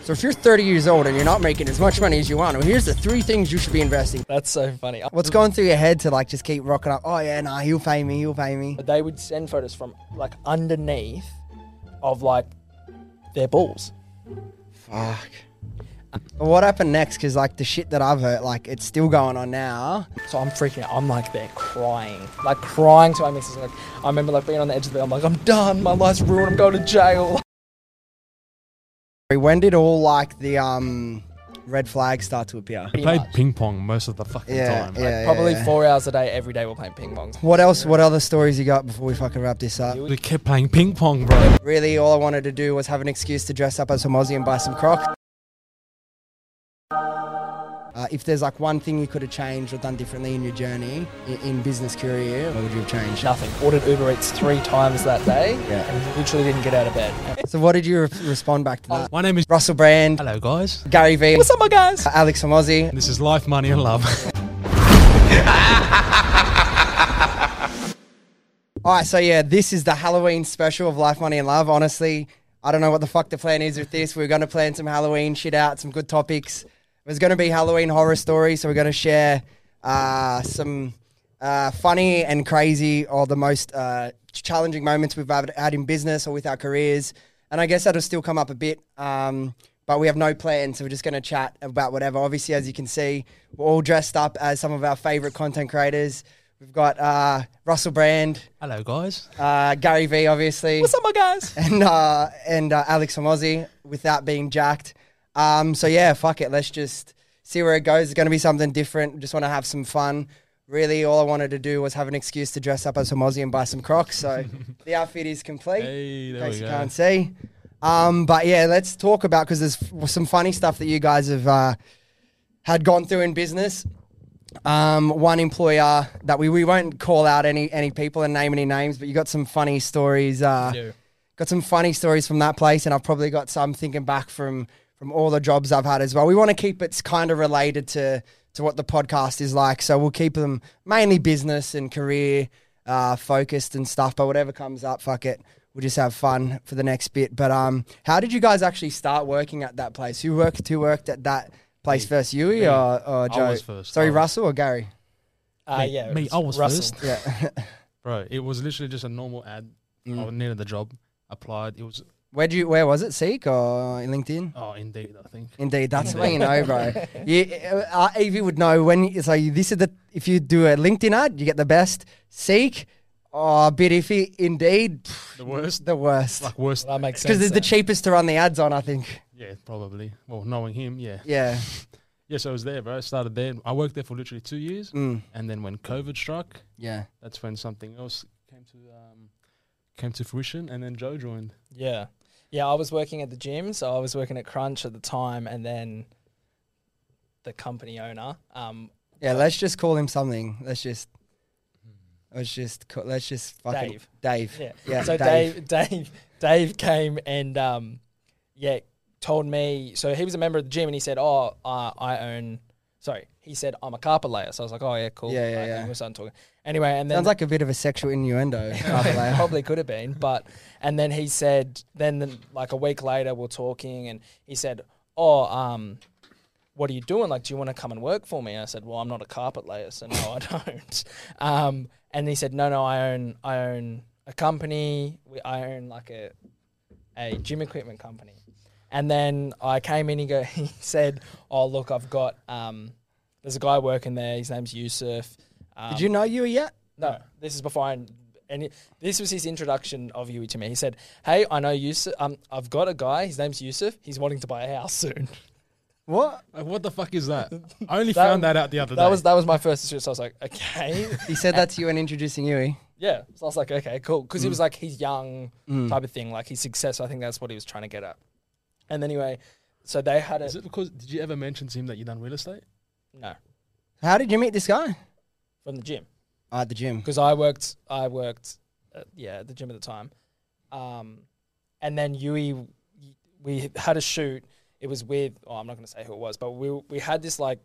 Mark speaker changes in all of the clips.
Speaker 1: So if you're 30 years old and you're not making as much money as you want, well, here's the three things you should be investing.
Speaker 2: That's so funny.
Speaker 3: What's going through your head to like just keep rocking up? Oh yeah, nah, he'll pay me, he'll pay me.
Speaker 2: They would send photos from like underneath of like their balls.
Speaker 1: Fuck.
Speaker 3: But what happened next? Because like the shit that I've heard, like it's still going on now.
Speaker 2: So I'm freaking out. I'm like there crying, like crying to my missus. Like I remember like being on the edge of the bed. I'm like, I'm done. My life's ruined. I'm going to jail.
Speaker 3: When did all like the um red flags start to appear?
Speaker 4: We played ping pong most of the fucking
Speaker 3: Yeah,
Speaker 4: time.
Speaker 3: yeah, yeah,
Speaker 2: Probably
Speaker 3: yeah.
Speaker 2: four hours a day, every day we're playing ping pong.
Speaker 3: What else? What other stories you got before we fucking wrap this up?
Speaker 4: We kept playing ping pong, bro.
Speaker 3: Really, all I wanted to do was have an excuse to dress up as Hermosi and buy some Crocs. Uh, if there's like one thing you could have changed or done differently in your journey in, in business career, what would you have changed?
Speaker 2: Nothing. Ordered Uber Eats three times that day
Speaker 3: Yeah.
Speaker 2: and literally didn't get out of bed.
Speaker 3: So, what did you re- respond back to that?
Speaker 4: My name is.
Speaker 3: Russell Brand,
Speaker 4: Hello, guys.
Speaker 3: Gary Vee,
Speaker 2: What's up, my guys?
Speaker 3: Alex Hermosi.
Speaker 4: This is Life, Money, and Love.
Speaker 3: All right, so yeah, this is the Halloween special of Life, Money, and Love. Honestly, I don't know what the fuck the plan is with this. We're going to plan some Halloween shit out, some good topics. There's going to be Halloween horror stories, so we're going to share uh, some uh, funny and crazy or the most uh, challenging moments we've had had in business or with our careers. And I guess that'll still come up a bit, um, but we have no plan, so we're just going to chat about whatever. Obviously, as you can see, we're all dressed up as some of our favorite content creators. We've got uh, Russell Brand
Speaker 4: Hello, guys.
Speaker 3: uh, Gary V, obviously,
Speaker 2: What's up, my guys?
Speaker 3: and uh, and uh, Alex Homozzi without being jacked. Um, so yeah, fuck it. Let's just see where it goes. It's going to be something different. Just want to have some fun. Really, all I wanted to do was have an excuse to dress up as Homozzi and buy some Crocs. So the outfit is complete.
Speaker 4: Hey, there
Speaker 3: in case
Speaker 4: we
Speaker 3: you
Speaker 4: go.
Speaker 3: can't see. Um, but yeah, let's talk about because there's f- some funny stuff that you guys have uh, had gone through in business um, one employer that we, we won't call out any any people and name any names, but you got some funny stories. Uh,
Speaker 2: do.
Speaker 3: Got some funny stories from that place, and I've probably got some thinking back from from all the jobs I've had as well. We want to keep it kind of related to to what the podcast is like, so we'll keep them mainly business and career uh, focused and stuff. But whatever comes up, fuck it. We'll just have fun for the next bit. But um, how did you guys actually start working at that place? Who worked? Who worked at that place first? Yui or, or Joe?
Speaker 4: was first.
Speaker 3: Sorry,
Speaker 4: I was-
Speaker 3: Russell or Gary?
Speaker 2: Uh, yeah, it
Speaker 4: me, I was
Speaker 2: Russell.
Speaker 4: first.
Speaker 3: Yeah.
Speaker 4: Bro, it was literally just a normal ad. I needed the job, applied. It was,
Speaker 3: Where do you? Where was it? Seek or LinkedIn?
Speaker 4: oh, indeed, I think.
Speaker 3: Indeed, that's what you know, bro. You, uh, uh, Evie would know when. So you, this is the if you do a LinkedIn ad, you get the best. Seek, oh, a bit iffy. Indeed, pff,
Speaker 4: The worst.
Speaker 3: the worst
Speaker 4: Like, worst.
Speaker 2: That makes sense.
Speaker 3: because it's the
Speaker 2: then.
Speaker 3: cheapest to run the ads on. I think.
Speaker 4: Yeah, probably. Well, knowing him, yeah.
Speaker 3: Yeah.
Speaker 4: Yeah, so I was there, bro. I started there. I worked there for literally two years.
Speaker 3: Mm.
Speaker 4: And then when COVID struck,
Speaker 3: Yeah.
Speaker 4: that's when something else came to um, came to fruition. And then Joe joined.
Speaker 2: Yeah. Yeah, I was working at the gym, so I was working at Crunch at the time and then the company owner. Um
Speaker 3: Yeah. Let's just call him something. Let's just. Let's just. ca- Let's just fucking
Speaker 2: Dave.
Speaker 3: Dave.
Speaker 2: yeah.
Speaker 3: Yeah,
Speaker 2: so
Speaker 3: Dave.
Speaker 2: Dave Dave Dave came and um yeah, told me so he was a member of the gym and he said, Oh, uh, I own sorry, he said I'm a carpet layer. So I was like, Oh yeah, cool.
Speaker 3: Yeah, yeah,
Speaker 2: Right,
Speaker 3: yeah.
Speaker 2: And we started talking. Anyway, and then
Speaker 3: Sounds like a bit of a sexual innuendo. by the way.
Speaker 2: probably could have been but and then he said then the, like a week later we're talking and he said oh um what are you doing like do you want to come and work for me i said well i'm not a carpet layer so no i don't um and he said no no i own i own a company we, i own like a a gym equipment company and then i came in he go he said oh look i've got um there's a guy working there his name's yusuf um,
Speaker 3: Did you know you yet?
Speaker 2: no, this is before I. And it- this was his introduction of Yui to me. He said, "Hey, I know Yusuf. Um, I've got a guy. His name's Yusuf. He's wanting to buy a house soon."
Speaker 3: What?
Speaker 4: Like, what the fuck is that? I only
Speaker 2: That-
Speaker 4: found that out the other
Speaker 2: That
Speaker 4: day.
Speaker 2: was that was my first experience. I was like, "Okay,
Speaker 3: He said that's you and introducing Yui.
Speaker 2: yeah." So I was like, "Okay, cool," because he
Speaker 4: Mm.
Speaker 2: was like, he's young
Speaker 3: Mm.
Speaker 2: type of thing. Like he's successful. I think that's what he was trying to get at. And anyway, so they had a
Speaker 4: Is it because did you ever mention to him that you done real estate?
Speaker 2: no
Speaker 3: How did you meet this guy?
Speaker 2: from the gym
Speaker 3: Ah, at the gym.
Speaker 2: because I worked I worked at, yeah at the gym at the time, um, and then Yui we had a shoot. It was with oh I'm not going to say who it was, but we we had this like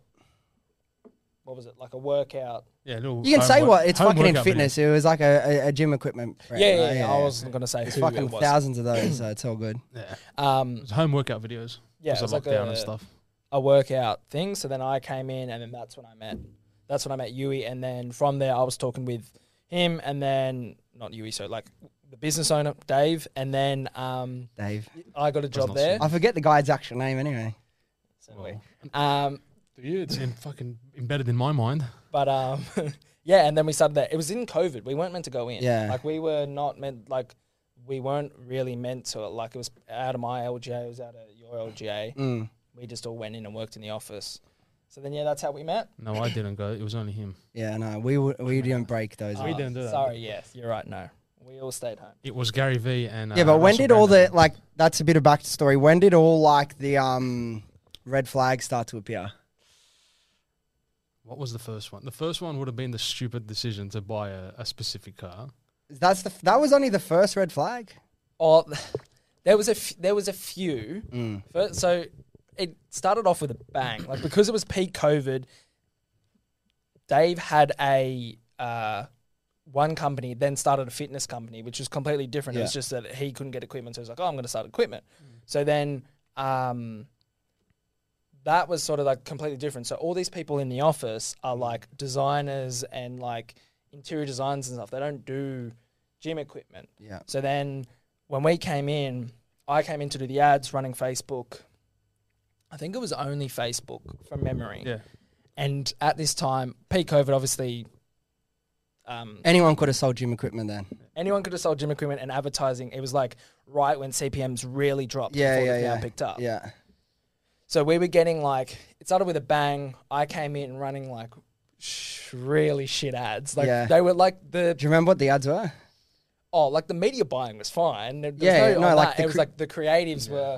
Speaker 2: what was it like a workout?
Speaker 4: Yeah, little
Speaker 3: You can
Speaker 4: home
Speaker 3: say
Speaker 4: work-
Speaker 3: what it's
Speaker 4: home
Speaker 3: fucking in
Speaker 4: workout video.
Speaker 3: fitness. It was like a, a, a gym equipment. brand,
Speaker 2: yeah, yeah,
Speaker 3: right? Oh,
Speaker 2: yeah, I wasn't going to say
Speaker 3: There's
Speaker 2: who
Speaker 3: fucking
Speaker 2: it was.
Speaker 3: thousands of those, so it's all good.
Speaker 4: Yeah,
Speaker 2: Um,
Speaker 4: it's home workout videos.
Speaker 2: Yeah, it
Speaker 4: because
Speaker 2: was
Speaker 4: of
Speaker 2: like
Speaker 4: lockdown and
Speaker 2: a-
Speaker 4: stuff.
Speaker 2: a workout thing. So then I came in, and then that's when I met. That's when I met Yui, and then from there I was talking with him, and then not Yui, so like the business owner Dave, and then um,
Speaker 3: Dave.
Speaker 2: I got a job
Speaker 4: not
Speaker 2: there.
Speaker 3: I forget the guy's actual name anyway.
Speaker 2: So we- Um,
Speaker 4: Do you? It's in fucking embedded in my mind.
Speaker 2: but um, yeah, and then we started that. It was in COVID. We weren't meant to go in.
Speaker 3: Yeah.
Speaker 2: like we were not meant. Like we weren't really meant to. Like it was out of my LGA. It was out of your LGA.
Speaker 3: Mm.
Speaker 2: We just all went in and worked in the office. So then yeah, that's how we met.
Speaker 4: No, I didn't go. It was only him.
Speaker 3: Yeah, no, we w- we didn't break those.
Speaker 4: We
Speaker 2: Ah,
Speaker 3: ones.
Speaker 4: didn't do that.
Speaker 2: Sorry, yes, you're right. No, we all stayed home.
Speaker 4: It was Gary V and uh,
Speaker 3: yeah, but when
Speaker 4: Russell
Speaker 3: did all the
Speaker 4: Brand.
Speaker 3: like? That's a bit of backstory. When did all like the um red flags start to appear?
Speaker 4: what was the first one? The first one would have been the stupid decision to buy a, a specific car.
Speaker 3: That's the f- that was only the first red flag.
Speaker 2: Oh, there was a f- there was a few.
Speaker 3: Mm.
Speaker 2: Fir- so it started off with a bang, like because it was peak COVID. Dave had a uh, one company, then started a fitness company, which was completely different. It was just that he couldn't get equipment, so he was like, "Oh, I'm going to start equipment." So then. Um, that was sort of like completely different. So all these people in the office are like designers and like interior designs and stuff. They don't do gym equipment.
Speaker 3: Yeah.
Speaker 2: So then when we came in, I came in to do the ads running Facebook. I think it was only Facebook from memory.
Speaker 4: Yeah.
Speaker 2: And at this time, peak COVID, obviously, um,
Speaker 3: Anyone could have sold gym equipment then.
Speaker 2: anyone could have sold gym equipment and advertising. It was like right when CPMs really dropped
Speaker 3: Yeah,
Speaker 2: before
Speaker 3: yeah,
Speaker 2: they've
Speaker 3: yeah.
Speaker 2: now picked up.
Speaker 3: Yeah.
Speaker 2: So we were getting like, it started with a bang. I came in running like sh- really shit ads. Like
Speaker 3: Yeah.
Speaker 2: they were like the
Speaker 3: Do you remember what the ads were?
Speaker 2: oh, like the media buying was fine. There, there
Speaker 3: Yeah,
Speaker 2: was
Speaker 3: yeah,
Speaker 2: no,
Speaker 3: no,
Speaker 2: on
Speaker 3: like
Speaker 2: that.
Speaker 3: the
Speaker 2: it was
Speaker 3: cre-
Speaker 2: like the creatives were.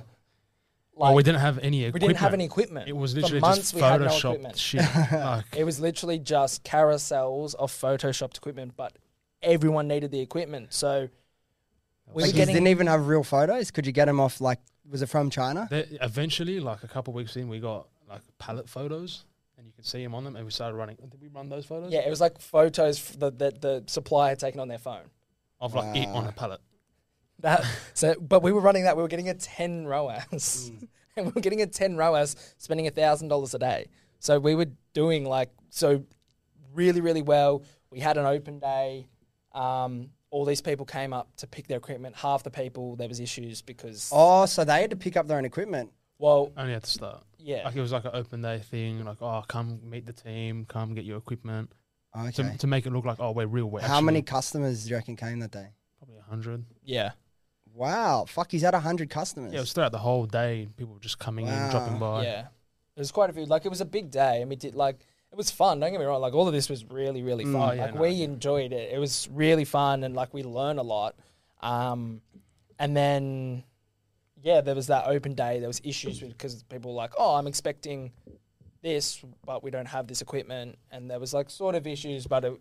Speaker 2: Like,
Speaker 4: Well, we didn't have any equipment.
Speaker 2: we didn't have any equipment.
Speaker 4: It was
Speaker 2: For
Speaker 4: literally
Speaker 2: months
Speaker 4: just
Speaker 2: we had no
Speaker 4: photoshopped
Speaker 2: equipment.
Speaker 4: shit. Fuck.
Speaker 2: It was literally just carousels of photoshopped equipment, but everyone needed the equipment. So
Speaker 3: like
Speaker 2: we were
Speaker 3: you
Speaker 2: getting
Speaker 3: didn't even have real photos. Could you get them off? Like, was it from China?
Speaker 4: They- eventually, like a couple weeks in, we got like palette photos, and you can see him on them. And we started running. Did we run those photos?
Speaker 2: yeah, it was like photos f- that the, the supplier had taken on their phone.
Speaker 4: Of like it on
Speaker 3: Wow.
Speaker 4: a pallet.
Speaker 2: That so, but we were running that. We were getting a ten ROAS, and we were getting a ten ROAS, spending a thousand dollars a day. So we were doing like so, really, really well. We had an open day. Um, all these people came up to pick their equipment. Half the people there was issues because
Speaker 3: Oh, so they had to pick up their own equipment.
Speaker 2: well,
Speaker 4: Only at the start.
Speaker 2: yeah,
Speaker 4: Like it was like an open day thing. Like oh, come meet the team. Come get your equipment.
Speaker 3: Okay.
Speaker 4: To, to make it look like oh, we're real. We're
Speaker 3: How many
Speaker 4: actually-
Speaker 3: customers do you reckon came that day?
Speaker 4: Probably a hundred.
Speaker 2: yeah.
Speaker 3: Wow, fuck, he's at hundred customers.
Speaker 4: Yeah, it was throughout the whole day. People were just coming in, dropping by.
Speaker 2: Yeah. It was quite a few. Like, it was a big day, and we did, like, it was fun. Don't get me wrong. Like, all of this was really, really fun.
Speaker 4: Mm, yeah,
Speaker 2: like,
Speaker 4: no,
Speaker 2: we enjoyed it. It was really fun, and, like, we learned a lot. Um, and then, yeah, there was that open day. There was issues because people were like, oh, I'm expecting this, but we don't have this equipment. And there was, like, sort of issues, but it,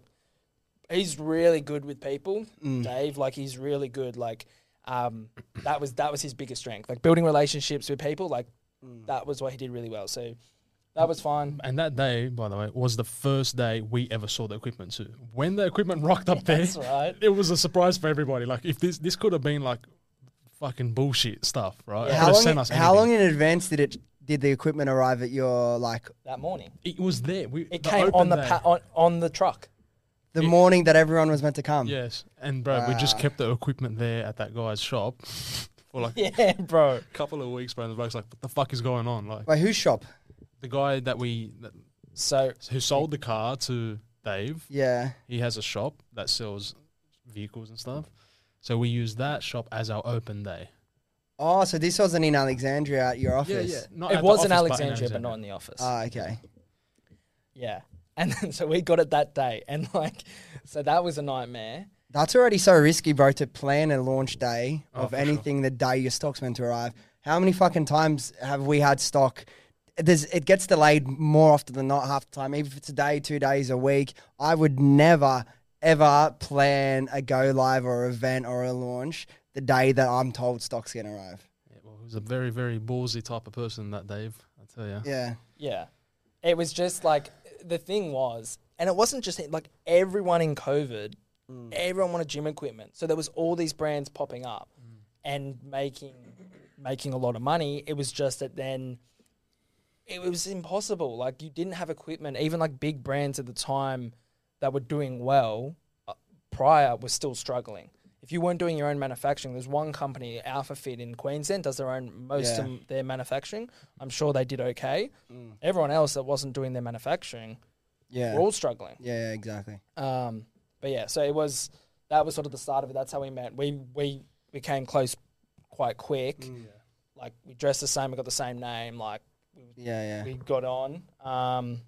Speaker 2: he's really good with people. Dave, like he's really good. Like um, that was that was his biggest strength. Like building relationships with people. Like that was what he did really well. So that was fine.
Speaker 4: And that day, by the way, was the first day we ever saw the equipment too. When the equipment rocked up there,
Speaker 2: That's right.
Speaker 4: it was a surprise for everybody. Like if this this could have been like fucking bullshit stuff, right? It could
Speaker 3: How
Speaker 4: have
Speaker 3: long?
Speaker 4: sent us
Speaker 3: how long
Speaker 4: anything.
Speaker 3: in advance did it? Did the equipment arrive at your like
Speaker 2: That morning,
Speaker 4: It was there. We,
Speaker 2: it
Speaker 4: the
Speaker 2: came
Speaker 4: open
Speaker 2: on the
Speaker 4: day.
Speaker 2: pa- on, on the truck.
Speaker 3: the morning that everyone was meant to
Speaker 2: um,
Speaker 3: come?
Speaker 4: Yes, and bro, we just kept the equipment there at that guy's shop for like
Speaker 2: Yeah, bro.
Speaker 4: a couple of weeks, bro. And the bloke's like, "What the fuck is going on?" Like
Speaker 3: Wait, whose shop?
Speaker 4: the guy that we that,
Speaker 2: So
Speaker 4: who sold the car to Dave,
Speaker 3: Yeah.
Speaker 4: he has a shop that sells vehicles and stuff. So we use that shop as our open day.
Speaker 3: Oh, so this wasn't in Alexandria at your office.
Speaker 4: Not
Speaker 2: it
Speaker 4: at the
Speaker 2: was in
Speaker 4: office, but in
Speaker 2: Alexandria, but not in the office.
Speaker 3: Ah, okay.
Speaker 2: yeah. And then, so we got it that day, and like, so that was a nightmare.
Speaker 3: That's already so risky, bro, to plan a launch day of
Speaker 4: for
Speaker 3: anything the day your stock's meant to arrive. How many fucking times have we had stock? There's, it gets delayed more often than not half the time, even if it's a day, two days, a week. I would never, ever plan a go live or event or a launch the day that I'm told stock's going to arrive.
Speaker 4: Yeah, well, he was a very, very ballsy type of person, that Dave. I tell you.
Speaker 3: Yeah.
Speaker 2: Yeah. It was just like the thing was, and it wasn't just him, like everyone in COVID, everyone wanted gym equipment. So there was all these brands popping up and making making a lot of money. It was just that then it was impossible. Like you didn't have equipment. Even like big brands at the time that were doing well uh, prior were still struggling. If you weren't doing your own manufacturing, there's one company, Alpha Fit in Queensland, does their own most
Speaker 3: Yeah. Mm.
Speaker 2: of their manufacturing. I'm sure they did okay. Everyone else that wasn't doing their manufacturing
Speaker 3: Yeah.
Speaker 2: were all struggling.
Speaker 3: yeah, exactly.
Speaker 2: Um, but yeah, so it was that was sort of the start of it. That's how we met. We we became close quite quick.
Speaker 3: Mm,
Speaker 2: Like we dressed the same, we got the same name, like
Speaker 3: Yeah, yeah.
Speaker 2: we got on. Um,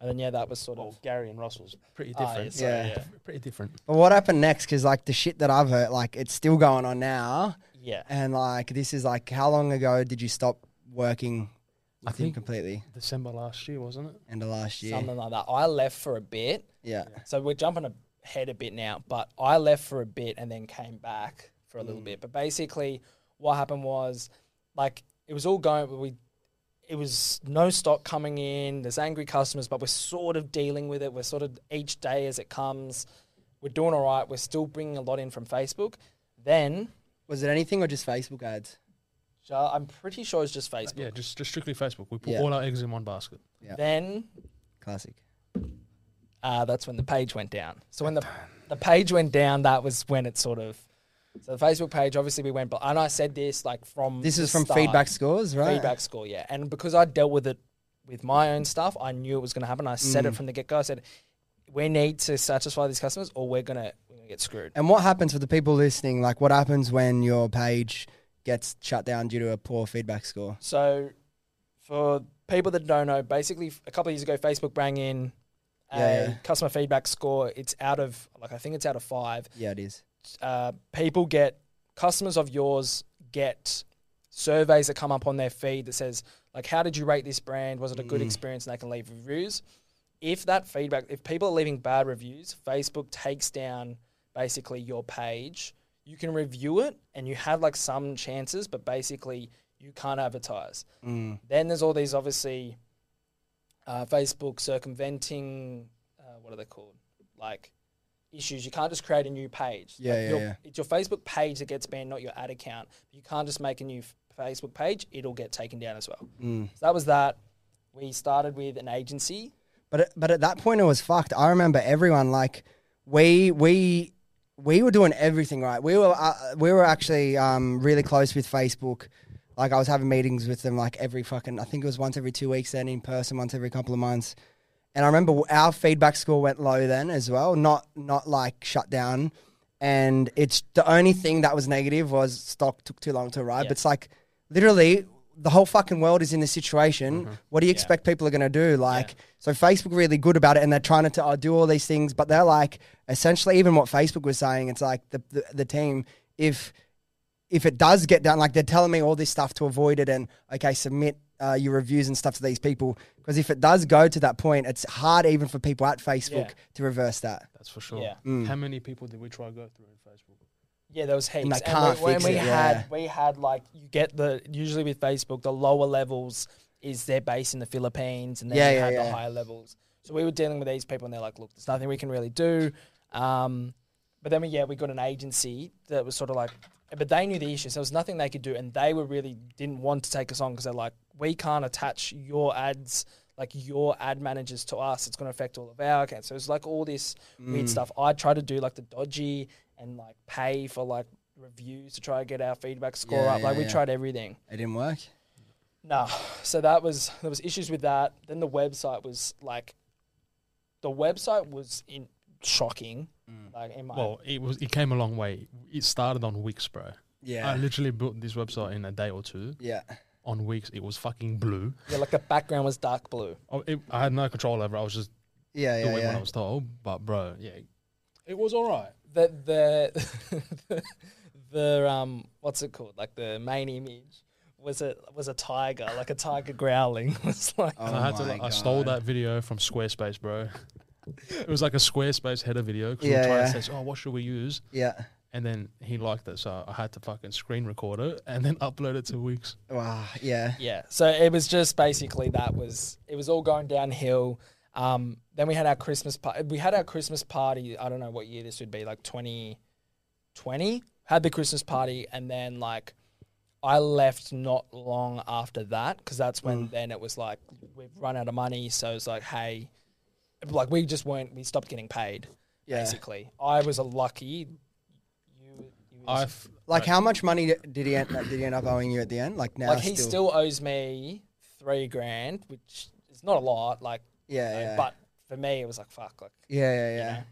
Speaker 2: and then yeah, that was sort
Speaker 4: Well,
Speaker 2: of
Speaker 4: Gary and Russell's pretty
Speaker 2: Ah,
Speaker 4: different.
Speaker 2: yeah,
Speaker 3: sorry, Yeah.
Speaker 2: yeah.
Speaker 4: uh, pretty different.
Speaker 3: But what happened next? Because like the shit that I've heard, like it's still going on now,
Speaker 2: yeah.
Speaker 3: and like this is like how long ago did you stop working
Speaker 4: I
Speaker 3: with him
Speaker 4: think-
Speaker 3: completely?
Speaker 4: December last year, wasn't it?
Speaker 3: End of last year.
Speaker 2: Something like that. I left for a bit.
Speaker 3: Yeah.
Speaker 2: So we're jumping ahead a bit now, but I left for a bit and then came back for a little
Speaker 3: Mm.
Speaker 2: bit. But basically, what happened was, like, it was all going. We, it was no stock coming in. There's angry customers, but we're sort of dealing with it. We're sort of each day as it comes. We're doing all right. We're still bringing a lot in from Facebook. Then
Speaker 3: Was it anything or just Facebook ads?
Speaker 2: Ja- I'm pretty sure it's just Facebook.
Speaker 4: Yeah, just just strictly Facebook. We put
Speaker 3: Yeah.
Speaker 4: all our eggs in one basket.
Speaker 3: Yeah.
Speaker 2: Then
Speaker 3: Classic.
Speaker 2: uh, that's when the page went down. So when the the page went down, that was when it sort of. So the Facebook page, obviously, we went. But and I said this like from
Speaker 3: This
Speaker 2: the
Speaker 3: is from
Speaker 2: start.
Speaker 3: feedback scores, right?
Speaker 2: feedback score, yeah. And because I dealt with it with my own stuff, I knew it was going to happen. I said
Speaker 3: Mm.
Speaker 2: it from the get go. I said we need to satisfy these customers, or we're gonna, we're gonna get screwed.
Speaker 3: And what happens for the people listening? Like, what happens when your page gets shut down due to a poor feedback score?
Speaker 2: So for people that don't know, basically f- a couple of years ago, Facebook brought in a
Speaker 3: Yeah, yeah.
Speaker 2: customer feedback score. It's out of like I think it's out of five.
Speaker 3: Yeah, it is.
Speaker 2: uh, people get customers of yours get surveys that come up on their feed that says like how did you rate this brand was it a good experience and they can leave reviews if that feedback if people are leaving bad reviews facebook takes down basically your page you can review it and you have like some chances but basically you can't advertise
Speaker 3: Mm.
Speaker 2: then there's all these obviously uh, Facebook circumventing uh, what are they called like issues. You can't just create a new page.
Speaker 3: Yeah,
Speaker 2: Like,
Speaker 3: yeah,
Speaker 2: your-
Speaker 3: yeah.
Speaker 2: It's your Facebook page that gets banned, not your ad account. You can't just make a new f- Facebook page; it'll get taken down as well.
Speaker 3: Mm.
Speaker 2: So that was that. We started with an agency.
Speaker 3: But at- but at that point, it was fucked. I remember everyone like we we we were doing everything right. We were uh, we were actually um, really close with Facebook. Like I was having meetings with them like every fucking. I think it was once every two weeks, then in person, once every couple of months. And I remember our feedback score went low then as well. Not not like shut down. And it's the only thing that was negative was stock took too long to arrive.
Speaker 2: Yeah.
Speaker 3: But it's like literally the whole fucking world is in this situation. What do you
Speaker 2: Mm-hmm. Yeah.
Speaker 3: expect people are going to do? Like, so Facebook really good about it, and they're trying to uh, do all these things, but they're like essentially even what Facebook was saying. It's like the the, the team if if it does get done, like they're telling me all this stuff to avoid it, and okay, submit. Uh, your reviews and stuff to these people because if it does go to that point, it's hard even for people at Facebook
Speaker 2: Yeah.
Speaker 3: to reverse that.
Speaker 4: That's for sure.
Speaker 2: Yeah.
Speaker 3: Mm.
Speaker 4: How many people did we try to go through in Facebook?
Speaker 2: Yeah, there was heaps.
Speaker 3: they can't
Speaker 2: we,
Speaker 3: fix
Speaker 2: we
Speaker 3: it,
Speaker 2: had
Speaker 3: yeah.
Speaker 2: we had like you get the usually with Facebook the lower levels is their base in the Philippines, and then
Speaker 3: Yeah,
Speaker 2: you
Speaker 3: yeah,
Speaker 2: had
Speaker 3: yeah.
Speaker 2: the higher levels. So we were dealing with these people, and they're like, "Look, there's nothing we can really do." Um, but then we yeah we got an agency that was sort of like, but they knew the issues. There was nothing they could do, and they were really didn't want to take us on because they're like, "We can't attach your ads." Like your ad managers to us, it's going to affect all of our accounts. So it's like all this
Speaker 3: Mm.
Speaker 2: weird stuff. I try to do like the dodgy and like pay for like reviews to try to get our feedback score
Speaker 3: Yeah,
Speaker 2: up. Like
Speaker 3: yeah,
Speaker 2: we
Speaker 3: yeah.
Speaker 2: tried everything.
Speaker 3: It didn't work.
Speaker 2: No, so that was there was issues with that. Then the website was like, the website was in shocking.
Speaker 3: Mm.
Speaker 2: Like in my
Speaker 4: Well, it was it came a long way. It started on Wix, bro. I
Speaker 3: Yeah,
Speaker 4: literally built this website in a day or two.
Speaker 3: yeah,
Speaker 4: On Wix, it was fucking blue.
Speaker 2: yeah, like the background was dark blue.
Speaker 4: Oh, it, I had no control over. it. I was just
Speaker 3: yeah, yeah.
Speaker 4: doing
Speaker 3: yeah.
Speaker 4: what I was told. But bro, yeah, it was all right.
Speaker 2: The the the, the um what's it called? Like the main image was a was a tiger, like a tiger growling. It was like
Speaker 3: Oh
Speaker 4: And I had to.
Speaker 3: my
Speaker 4: Like, I stole
Speaker 3: God.
Speaker 4: that video from Squarespace, bro. it was like a Squarespace header video. 'cause we
Speaker 3: Yeah,
Speaker 4: were trying
Speaker 3: yeah.
Speaker 4: to say, oh, what should we use?
Speaker 3: Yeah.
Speaker 4: And then he liked it, so I had to fucking screen record it and then upload it to Wix.
Speaker 3: Wow. Yeah.
Speaker 2: Yeah. So it was just basically that was it was all going downhill. Um, then we had our Christmas party. We had our Christmas party. I don't know what year this would be, like 2020. Had the Christmas party, and then like I left not long after that because that's when then it was like we've run out of money. So it's like, hey, like we just weren't. We stopped getting paid.
Speaker 1: Yeah.
Speaker 2: Basically, I was a lucky. You, you
Speaker 4: I f-
Speaker 3: Like, how much money did he end, did he end up owing you at the end? Like now,
Speaker 2: like he still owes me three grand, which is not a lot. Like,
Speaker 3: yeah,
Speaker 2: you know,
Speaker 3: yeah,
Speaker 2: but for me, it was like fuck. Like,
Speaker 3: yeah, yeah, yeah.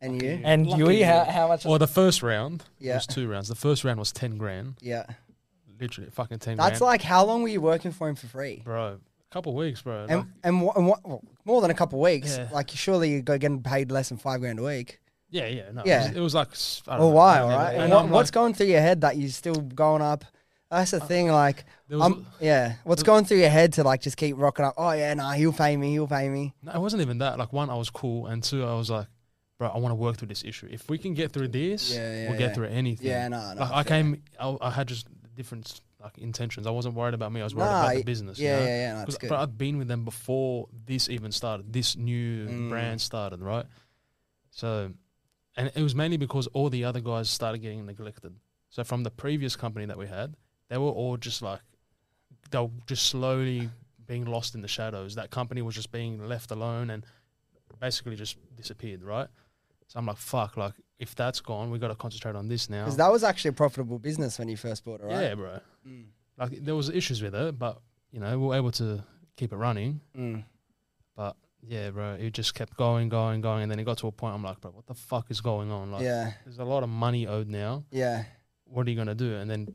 Speaker 3: And you,
Speaker 2: and
Speaker 4: Lucky
Speaker 2: Yui,
Speaker 4: you.
Speaker 2: how, how much?
Speaker 4: well, the first round
Speaker 3: Yeah.
Speaker 4: was two rounds. The first round was ten grand,
Speaker 3: yeah.
Speaker 4: literally fucking ten.
Speaker 3: That's
Speaker 4: grand.
Speaker 3: like how long were you working for him for free?
Speaker 4: bro, a couple weeks, bro.
Speaker 3: And
Speaker 4: Like,
Speaker 3: and, wha- and what, more than a couple of weeks?
Speaker 4: Yeah.
Speaker 3: Like surely you got getting paid less than five grand a week.
Speaker 4: yeah, yeah, no,
Speaker 3: Yeah.
Speaker 4: It was, it was like s- I
Speaker 3: A
Speaker 4: don't know,
Speaker 3: while,
Speaker 4: yeah,
Speaker 3: right?
Speaker 4: and
Speaker 3: And what,
Speaker 4: I'm
Speaker 3: what's
Speaker 4: like,
Speaker 3: going through your head that you're still going up? That's the thing. Like,
Speaker 4: there was-
Speaker 3: um, yeah, what's going through your head to like just keep rocking up? Oh yeah, nah, he'll pay me. He'll pay me.
Speaker 4: No, it wasn't even that. Like one, I was cool, and two, I was like, bro, I want to work through this issue. If we can get through this,
Speaker 3: Yeah, yeah,
Speaker 4: we'll get
Speaker 3: yeah.
Speaker 4: through anything.
Speaker 3: Yeah, no, no,
Speaker 4: like I
Speaker 3: fair.
Speaker 4: came, I, I had just different like intentions. I wasn't worried about me. I was worried
Speaker 3: Nah,
Speaker 4: about the
Speaker 3: y-
Speaker 4: business.
Speaker 3: Yeah,
Speaker 4: you know?
Speaker 3: yeah, yeah. no, that's
Speaker 4: Because
Speaker 3: good.
Speaker 4: but I've been with them before this even started. This new
Speaker 3: Mm.
Speaker 4: brand started, right? So, and it was mainly because all the other guys started getting neglected. So from the previous company that we had, they were all just like they were just slowly being lost in the shadows. That company was just being left alone and basically just disappeared, right? So I'm like, fuck, like if that's gone, we got to concentrate on this now.
Speaker 3: Because that was actually a profitable business when you first bought it, right? Mm.
Speaker 4: Yeah, bro. Like there was issues with it, but you know we were able to keep it running.
Speaker 3: Mm.
Speaker 4: But yeah, bro, it just kept going, going, going, and then it got to a point. I'm like, bro, what the fuck is going on? Like,
Speaker 3: yeah,
Speaker 4: there's a lot of money owed now.
Speaker 3: yeah.
Speaker 4: What are you gonna do? And then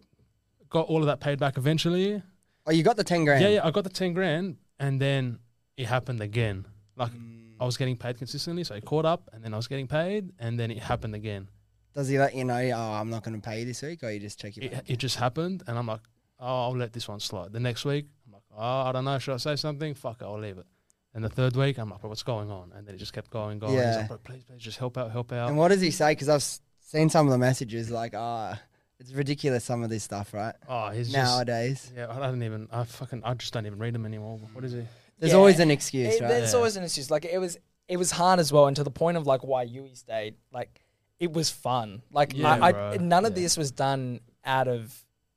Speaker 4: got all of that paid back eventually.
Speaker 3: Oh, you got the ten grand.
Speaker 4: Yeah, yeah, I got the ten grand, and then it happened again. Like
Speaker 3: Mm.
Speaker 4: oh. I was getting paid consistently, so it caught up, and then I was getting paid, and then it happened again.
Speaker 3: Does he let you know? Oh, I'm not going to pay you this week, or you just check your.
Speaker 4: It, it just happened, and I'm like, oh, I'll let this one slide. The next week, I'm like, oh, I don't know, should I say something? Fuck it, I'll leave it. And the third week, I'm like, bro, what's going on? And then it just kept going, going. He's
Speaker 3: Yeah.
Speaker 4: like, bro, please, please, just help out, help out.
Speaker 3: And what does he say? Because I've s- seen some of the messages, like, ah, it's ridiculous some of this stuff, right?
Speaker 4: Oh, he's just
Speaker 3: Nowadays,
Speaker 4: yeah. I don't even. I fucking. I just don't even read him anymore. What is he?
Speaker 3: there's
Speaker 2: Yeah.
Speaker 3: always an excuse,
Speaker 2: It,
Speaker 3: right?
Speaker 2: there's
Speaker 4: Yeah.
Speaker 2: always an excuse. Like it was, it was hard as well, and to the point of like why Yui stayed. Like it was fun. Like
Speaker 4: Yeah,
Speaker 2: I,
Speaker 4: bro.
Speaker 2: I, none of
Speaker 4: Yeah.
Speaker 2: this was done out of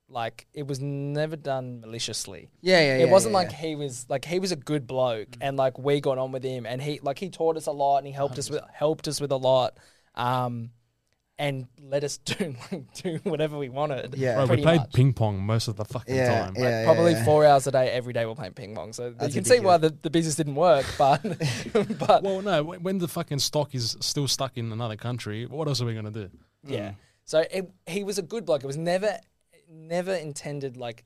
Speaker 2: like it was never done maliciously.
Speaker 3: Yeah, yeah, yeah.
Speaker 2: it wasn't
Speaker 3: yeah,
Speaker 2: like
Speaker 3: yeah. Mm.
Speaker 2: he was like he was a good bloke, and like we got on with him, and he like he taught us a lot, and he helped us with helped us with a lot, um, and let us do like, do whatever we wanted.
Speaker 3: Yeah.
Speaker 4: Bro, we
Speaker 2: pretty
Speaker 4: played
Speaker 2: much.
Speaker 4: ping pong most of the fucking
Speaker 3: Yeah,
Speaker 4: time.
Speaker 3: yeah, yeah,
Speaker 2: Probably
Speaker 3: yeah.
Speaker 2: four hours a day, every day we're playing ping pong. So
Speaker 3: That's
Speaker 2: you can see why the, the business didn't work, but but
Speaker 4: Well, no. wh- When the fucking stock is still stuck in another country, what else are we gonna do?
Speaker 2: yeah. So it, he was a good bloke. It was never never intended like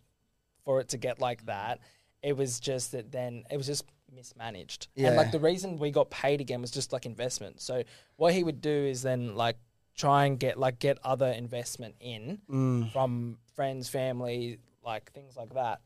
Speaker 2: for it to get like that. It was just that then it was just mismanaged. And
Speaker 3: Yeah.
Speaker 2: like the reason we got paid again was just like investment. So what he would do is then like try and get like get other investment in
Speaker 3: Mm.
Speaker 2: from friends, family, like things like that.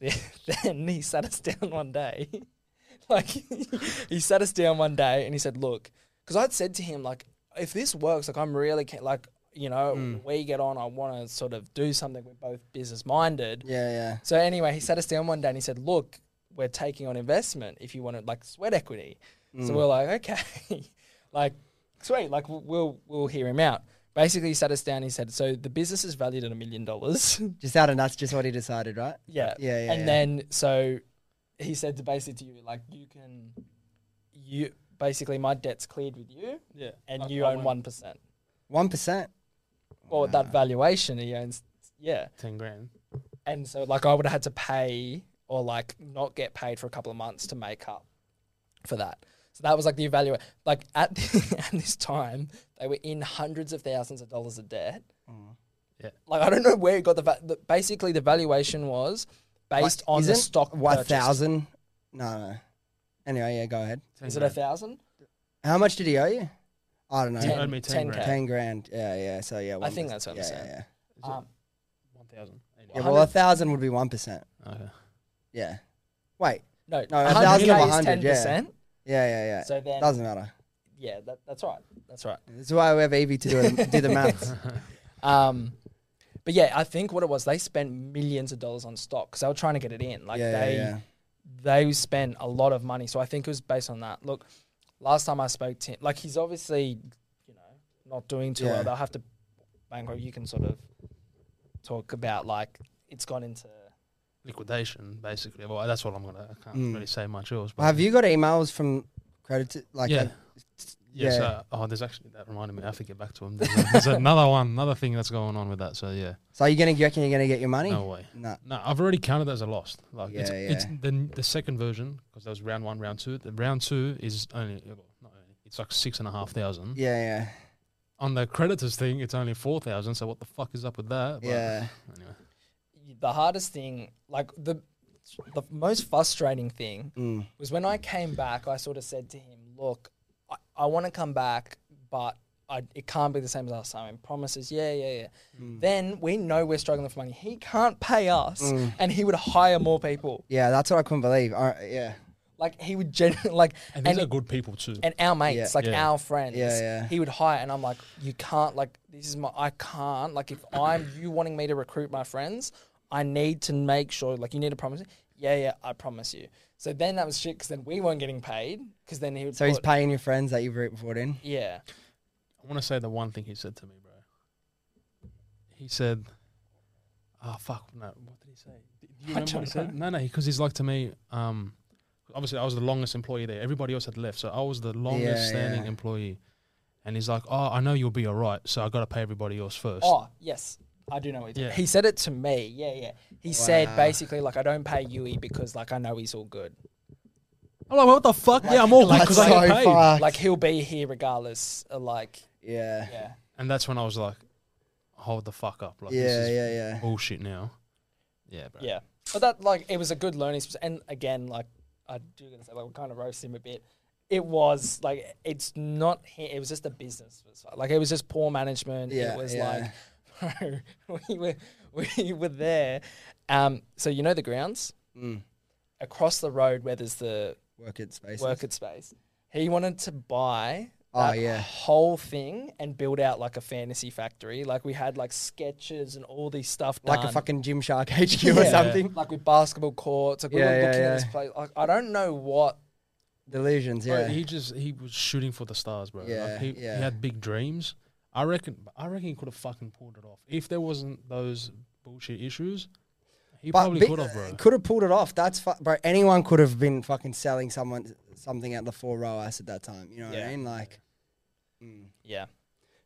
Speaker 2: then he sat us down one day. like he sat us down one day and he said, "Look," because I'd said to him like, "If this works, like I'm really ca- like you know we get on. I want to sort of do something. We're both business minded."
Speaker 3: Yeah, yeah.
Speaker 2: So anyway, he sat us down one day and he said, "Look, we're taking on investment. If you want to like sweat equity," so we're like, "Okay, like sweet, like we'll- we'll we'll hear him out." Basically, he sat us down. and He said, "So the business is valued at a million dollars."
Speaker 3: Just out of nuts, just what he decided, right?
Speaker 2: Yeah.
Speaker 3: Yeah, yeah,
Speaker 2: And
Speaker 3: yeah.
Speaker 2: then so he said to basically to you, like, you can you basically my debt's cleared with you
Speaker 4: Yeah.
Speaker 2: and you own one percent.
Speaker 3: One percent.
Speaker 2: Well at that valuation he owns yeah.
Speaker 4: Ten grand.
Speaker 2: And so like I would have had to pay or like not get paid for a couple of months to make up for that. So that was like the evaluate like at, at this time they were in hundreds of thousands of dollars of debt.
Speaker 4: Yeah.
Speaker 2: Like I don't know where it got the, va- the basically the valuation was based on the stock
Speaker 3: What
Speaker 2: purchased.
Speaker 3: thousand? No, no. Anyway, yeah, go ahead.
Speaker 2: Is it a thousand?
Speaker 3: How much did he owe you? I don't know.
Speaker 4: Ten.
Speaker 3: Ten,
Speaker 4: owed me 10
Speaker 2: 10K.
Speaker 4: grand.
Speaker 3: grand. Yeah, yeah. So yeah,
Speaker 2: I think
Speaker 3: 1%.
Speaker 2: that's what I'm
Speaker 3: yeah,
Speaker 2: saying.
Speaker 3: Yeah,
Speaker 2: Um,
Speaker 4: One thousand.
Speaker 3: yeah. yeah well, a thousand would be one percent.
Speaker 4: Okay.
Speaker 3: Yeah. Wait.
Speaker 2: no,
Speaker 3: No,
Speaker 2: no,
Speaker 3: a
Speaker 2: 100
Speaker 3: thousand of
Speaker 2: is
Speaker 3: 100,
Speaker 2: 10%.
Speaker 3: yeah. Yeah, yeah, yeah.
Speaker 2: So then,
Speaker 3: Doesn't matter.
Speaker 2: yeah, that, that's right. That's right.
Speaker 3: That's why we have Evie to do, do the maths.
Speaker 2: Um, but yeah, I think what it was, they spent millions of dollars on stock because they were trying to get it in. Like
Speaker 3: yeah,
Speaker 2: they,
Speaker 3: yeah, yeah.
Speaker 2: they spent a lot of money. So I think it was based on that. Look, last time I spoke to him, like he's obviously, you know, not doing too
Speaker 3: Yeah.
Speaker 2: well. They'll have to bankrupt. You can sort of talk about like it's gone into
Speaker 4: liquidation, basically. Well, that's what I'm gonna. I can't
Speaker 3: Mm.
Speaker 4: really say much else. But
Speaker 3: Have you got emails from credit? Like,
Speaker 4: yeah.
Speaker 3: uh,
Speaker 4: yeah. So, oh, there's actually that reminded me. I have to get back to him. There's, a- there's another one, another thing that's going on with that. So yeah,
Speaker 3: so are you gonna? You reckon you're gonna get your money?
Speaker 4: no way.
Speaker 3: No.
Speaker 4: No, I've already counted that as a loss. Like it's,
Speaker 3: Yeah,
Speaker 4: it's
Speaker 3: yeah.
Speaker 4: the the second version because there was round one, round two. The round two is only well, not only it's like six and a half thousand.
Speaker 3: Yeah,
Speaker 4: On the creditors thing, it's only four thousand. So what the fuck is up with that?
Speaker 3: yeah, yeah.
Speaker 4: Anyway,
Speaker 2: the hardest thing, like the the most frustrating thing
Speaker 3: Mm.
Speaker 2: was when I came back. I sort of said to him, "Look, I, I want to come back, but I, it can't be the same as last time." And promises, yeah, yeah, yeah.
Speaker 3: Mm.
Speaker 2: Then we know we're struggling for money. He can't pay us,
Speaker 3: Mm.
Speaker 2: and he would hire more people.
Speaker 3: Yeah, that's what I couldn't believe. All right, yeah,
Speaker 2: Like he would genuinely like
Speaker 4: and these
Speaker 2: and
Speaker 4: are good people too.
Speaker 2: and our mates,
Speaker 3: Yeah.
Speaker 2: like
Speaker 4: Yeah.
Speaker 2: our friends.
Speaker 3: Yeah, yeah.
Speaker 2: He would hire, and I'm like, you can't. Like, this is my. I can't. Like, if I'm you wanting me to recruit my friends, I need to make sure. Like, you need to promise. me." Yeah, yeah, I promise you. So then that was shit because then we weren't getting paid because then he would.
Speaker 3: So he's
Speaker 2: put-
Speaker 3: paying your friends that you've re- brought in.
Speaker 2: Yeah,
Speaker 4: I want to say the one thing he said to me, bro. He said, "Ah, fuck, no. What did he say? Do do you
Speaker 2: I
Speaker 4: remember what he
Speaker 2: don't
Speaker 4: said? No, no, because he's like to me. Um, obviously, I was the longest employee there. Everybody else had left, so I was the longest standing
Speaker 3: yeah.
Speaker 4: employee. And he's like, "Oh, I know you'll be all right, so I got to pay everybody else first.
Speaker 2: Oh, yes. I do know what he did.
Speaker 4: Yeah.
Speaker 2: He said it to me. Yeah, yeah. He said
Speaker 3: Wow.
Speaker 2: basically, like, I don't pay Yui because, like, I know he's all good.
Speaker 4: I'm like, what the fuck? yeah, I'm all good
Speaker 3: That's
Speaker 4: because I get
Speaker 3: so
Speaker 4: paid.
Speaker 3: fucked.
Speaker 2: Like, he'll be here regardless. uh, Like,
Speaker 3: yeah,
Speaker 2: yeah.
Speaker 4: And that's when I was like, hold the fuck up. Like,
Speaker 3: yeah,
Speaker 4: this is
Speaker 3: yeah, yeah.
Speaker 4: bullshit now. Yeah, bro.
Speaker 2: Yeah, but that like it was a good learning. experience. And again, like I do gonna say, like we kind of roast him a bit. It was like it's not. hi- It was just the business. was fu- Like it was just poor management.
Speaker 3: Yeah,
Speaker 2: it was
Speaker 3: yeah.
Speaker 2: like bro, we were we were there. Um, so you know the grounds
Speaker 3: Mm.
Speaker 2: across the road where there's the
Speaker 3: Work at space.
Speaker 2: worker space. He wanted to buy.
Speaker 3: Oh,
Speaker 2: that
Speaker 3: yeah.
Speaker 2: whole thing and build out like a fantasy factory. Like we had like sketches and all these stuff.
Speaker 3: like
Speaker 2: done.
Speaker 3: a fucking Gymshark HQ or
Speaker 2: Yeah.
Speaker 3: something.
Speaker 2: Like with basketball courts, like we
Speaker 3: Yeah,
Speaker 2: were
Speaker 3: yeah,
Speaker 2: looking
Speaker 3: yeah.
Speaker 2: at this place. Like I don't know what.
Speaker 3: Delusions,
Speaker 4: Bro,
Speaker 3: yeah.
Speaker 4: he just he was shooting for the stars, bro. Like,
Speaker 3: Yeah,
Speaker 4: he,
Speaker 3: yeah.
Speaker 4: he had big dreams. I reckon. I reckon he could have fucking pulled it off if there wasn't those bullshit issues. He probably could have, bro.
Speaker 3: Could have pulled it off. That's fu- bro. Anyone could have been fucking selling someone something at the four ROAS at that time. You know what
Speaker 2: Yeah.
Speaker 3: I mean? Like, mm.
Speaker 2: Yeah,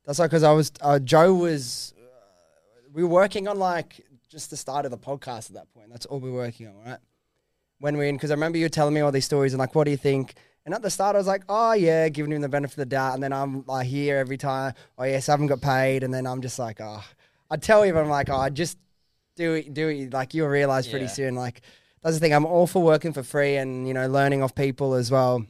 Speaker 3: That's like because I was uh, Joe was uh, we were working on like just the start of the podcast at that point. That's all we were working on, right? When we're in, because I remember you were telling me all these stories and like, what do you think? And at the start, I was like, oh yeah, giving him the benefit of the doubt, and then I'm like here every time. Oh yes, I haven't got paid, and then I'm just like, oh, I tell him, I'm like, oh, just do it, do it. Like you'll realize pretty
Speaker 2: Yeah.
Speaker 3: soon. Like that's the thing. I'm all for working for free and you know learning off people as well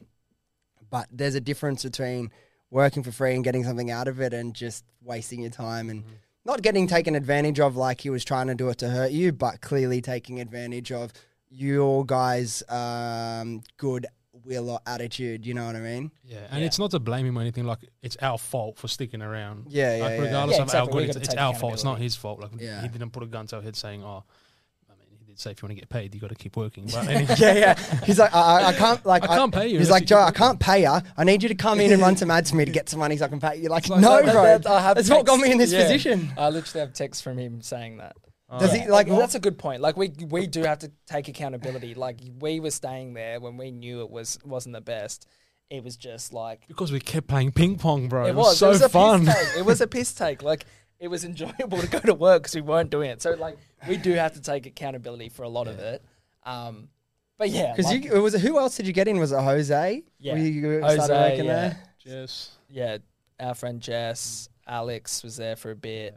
Speaker 3: but there's a difference between working for free and getting something out of it and just wasting your time and not getting taken advantage of like he was trying to do it to hurt you but clearly taking advantage of your guys um, good will or attitude you know what i mean
Speaker 4: Yeah, and it's not to blame him or anything. Like it's our fault for sticking around.
Speaker 3: Yeah, yeah,
Speaker 4: Like
Speaker 3: yeah.
Speaker 4: regardless
Speaker 2: Yeah,
Speaker 4: of
Speaker 2: exactly.
Speaker 4: how
Speaker 2: We
Speaker 4: good, it's,
Speaker 2: gotta
Speaker 4: it's
Speaker 2: take
Speaker 4: our fault. It's not
Speaker 2: accountability.
Speaker 4: his fault. Like
Speaker 3: Yeah.
Speaker 4: he didn't put a gun to our head saying, "Oh, I mean, he did say if you want to get paid, you got to keep working." But anyway,
Speaker 3: yeah yeah he's like i, I- I can't like
Speaker 4: I can't pay you
Speaker 3: he's
Speaker 4: unless
Speaker 3: like
Speaker 4: you
Speaker 3: joe
Speaker 4: keep
Speaker 3: i can't pay you i need you to come in and run some ads for me to get some money so i can pay you like
Speaker 4: like,
Speaker 3: no
Speaker 4: that-
Speaker 3: bro
Speaker 2: that- I have
Speaker 3: that's what got
Speaker 2: text-
Speaker 3: me in this
Speaker 2: yeah.
Speaker 3: position
Speaker 2: I literally have texts from him saying that.
Speaker 3: does
Speaker 4: uh,
Speaker 2: Yeah.
Speaker 3: he like
Speaker 2: Well, that's a good point. Like we we do have to take accountability. Like we were staying there when we knew it was wasn't the best. It was just like
Speaker 4: because we kept playing ping pong, bro. It,
Speaker 2: it was.
Speaker 4: so
Speaker 2: it was a
Speaker 4: fun.
Speaker 2: Piss take. It was a piss take. Like it was enjoyable to go to work because we weren't doing it. So like we do have to take accountability for a lot of it. Um, but yeah,
Speaker 3: because
Speaker 2: like-
Speaker 3: you it was who else did you get in was it jose
Speaker 2: Yeah.
Speaker 3: Were you
Speaker 2: Jose,
Speaker 3: started working
Speaker 2: yeah.
Speaker 3: there
Speaker 4: Yes.
Speaker 2: yeah, our friend Jess, Alex was there for a bit.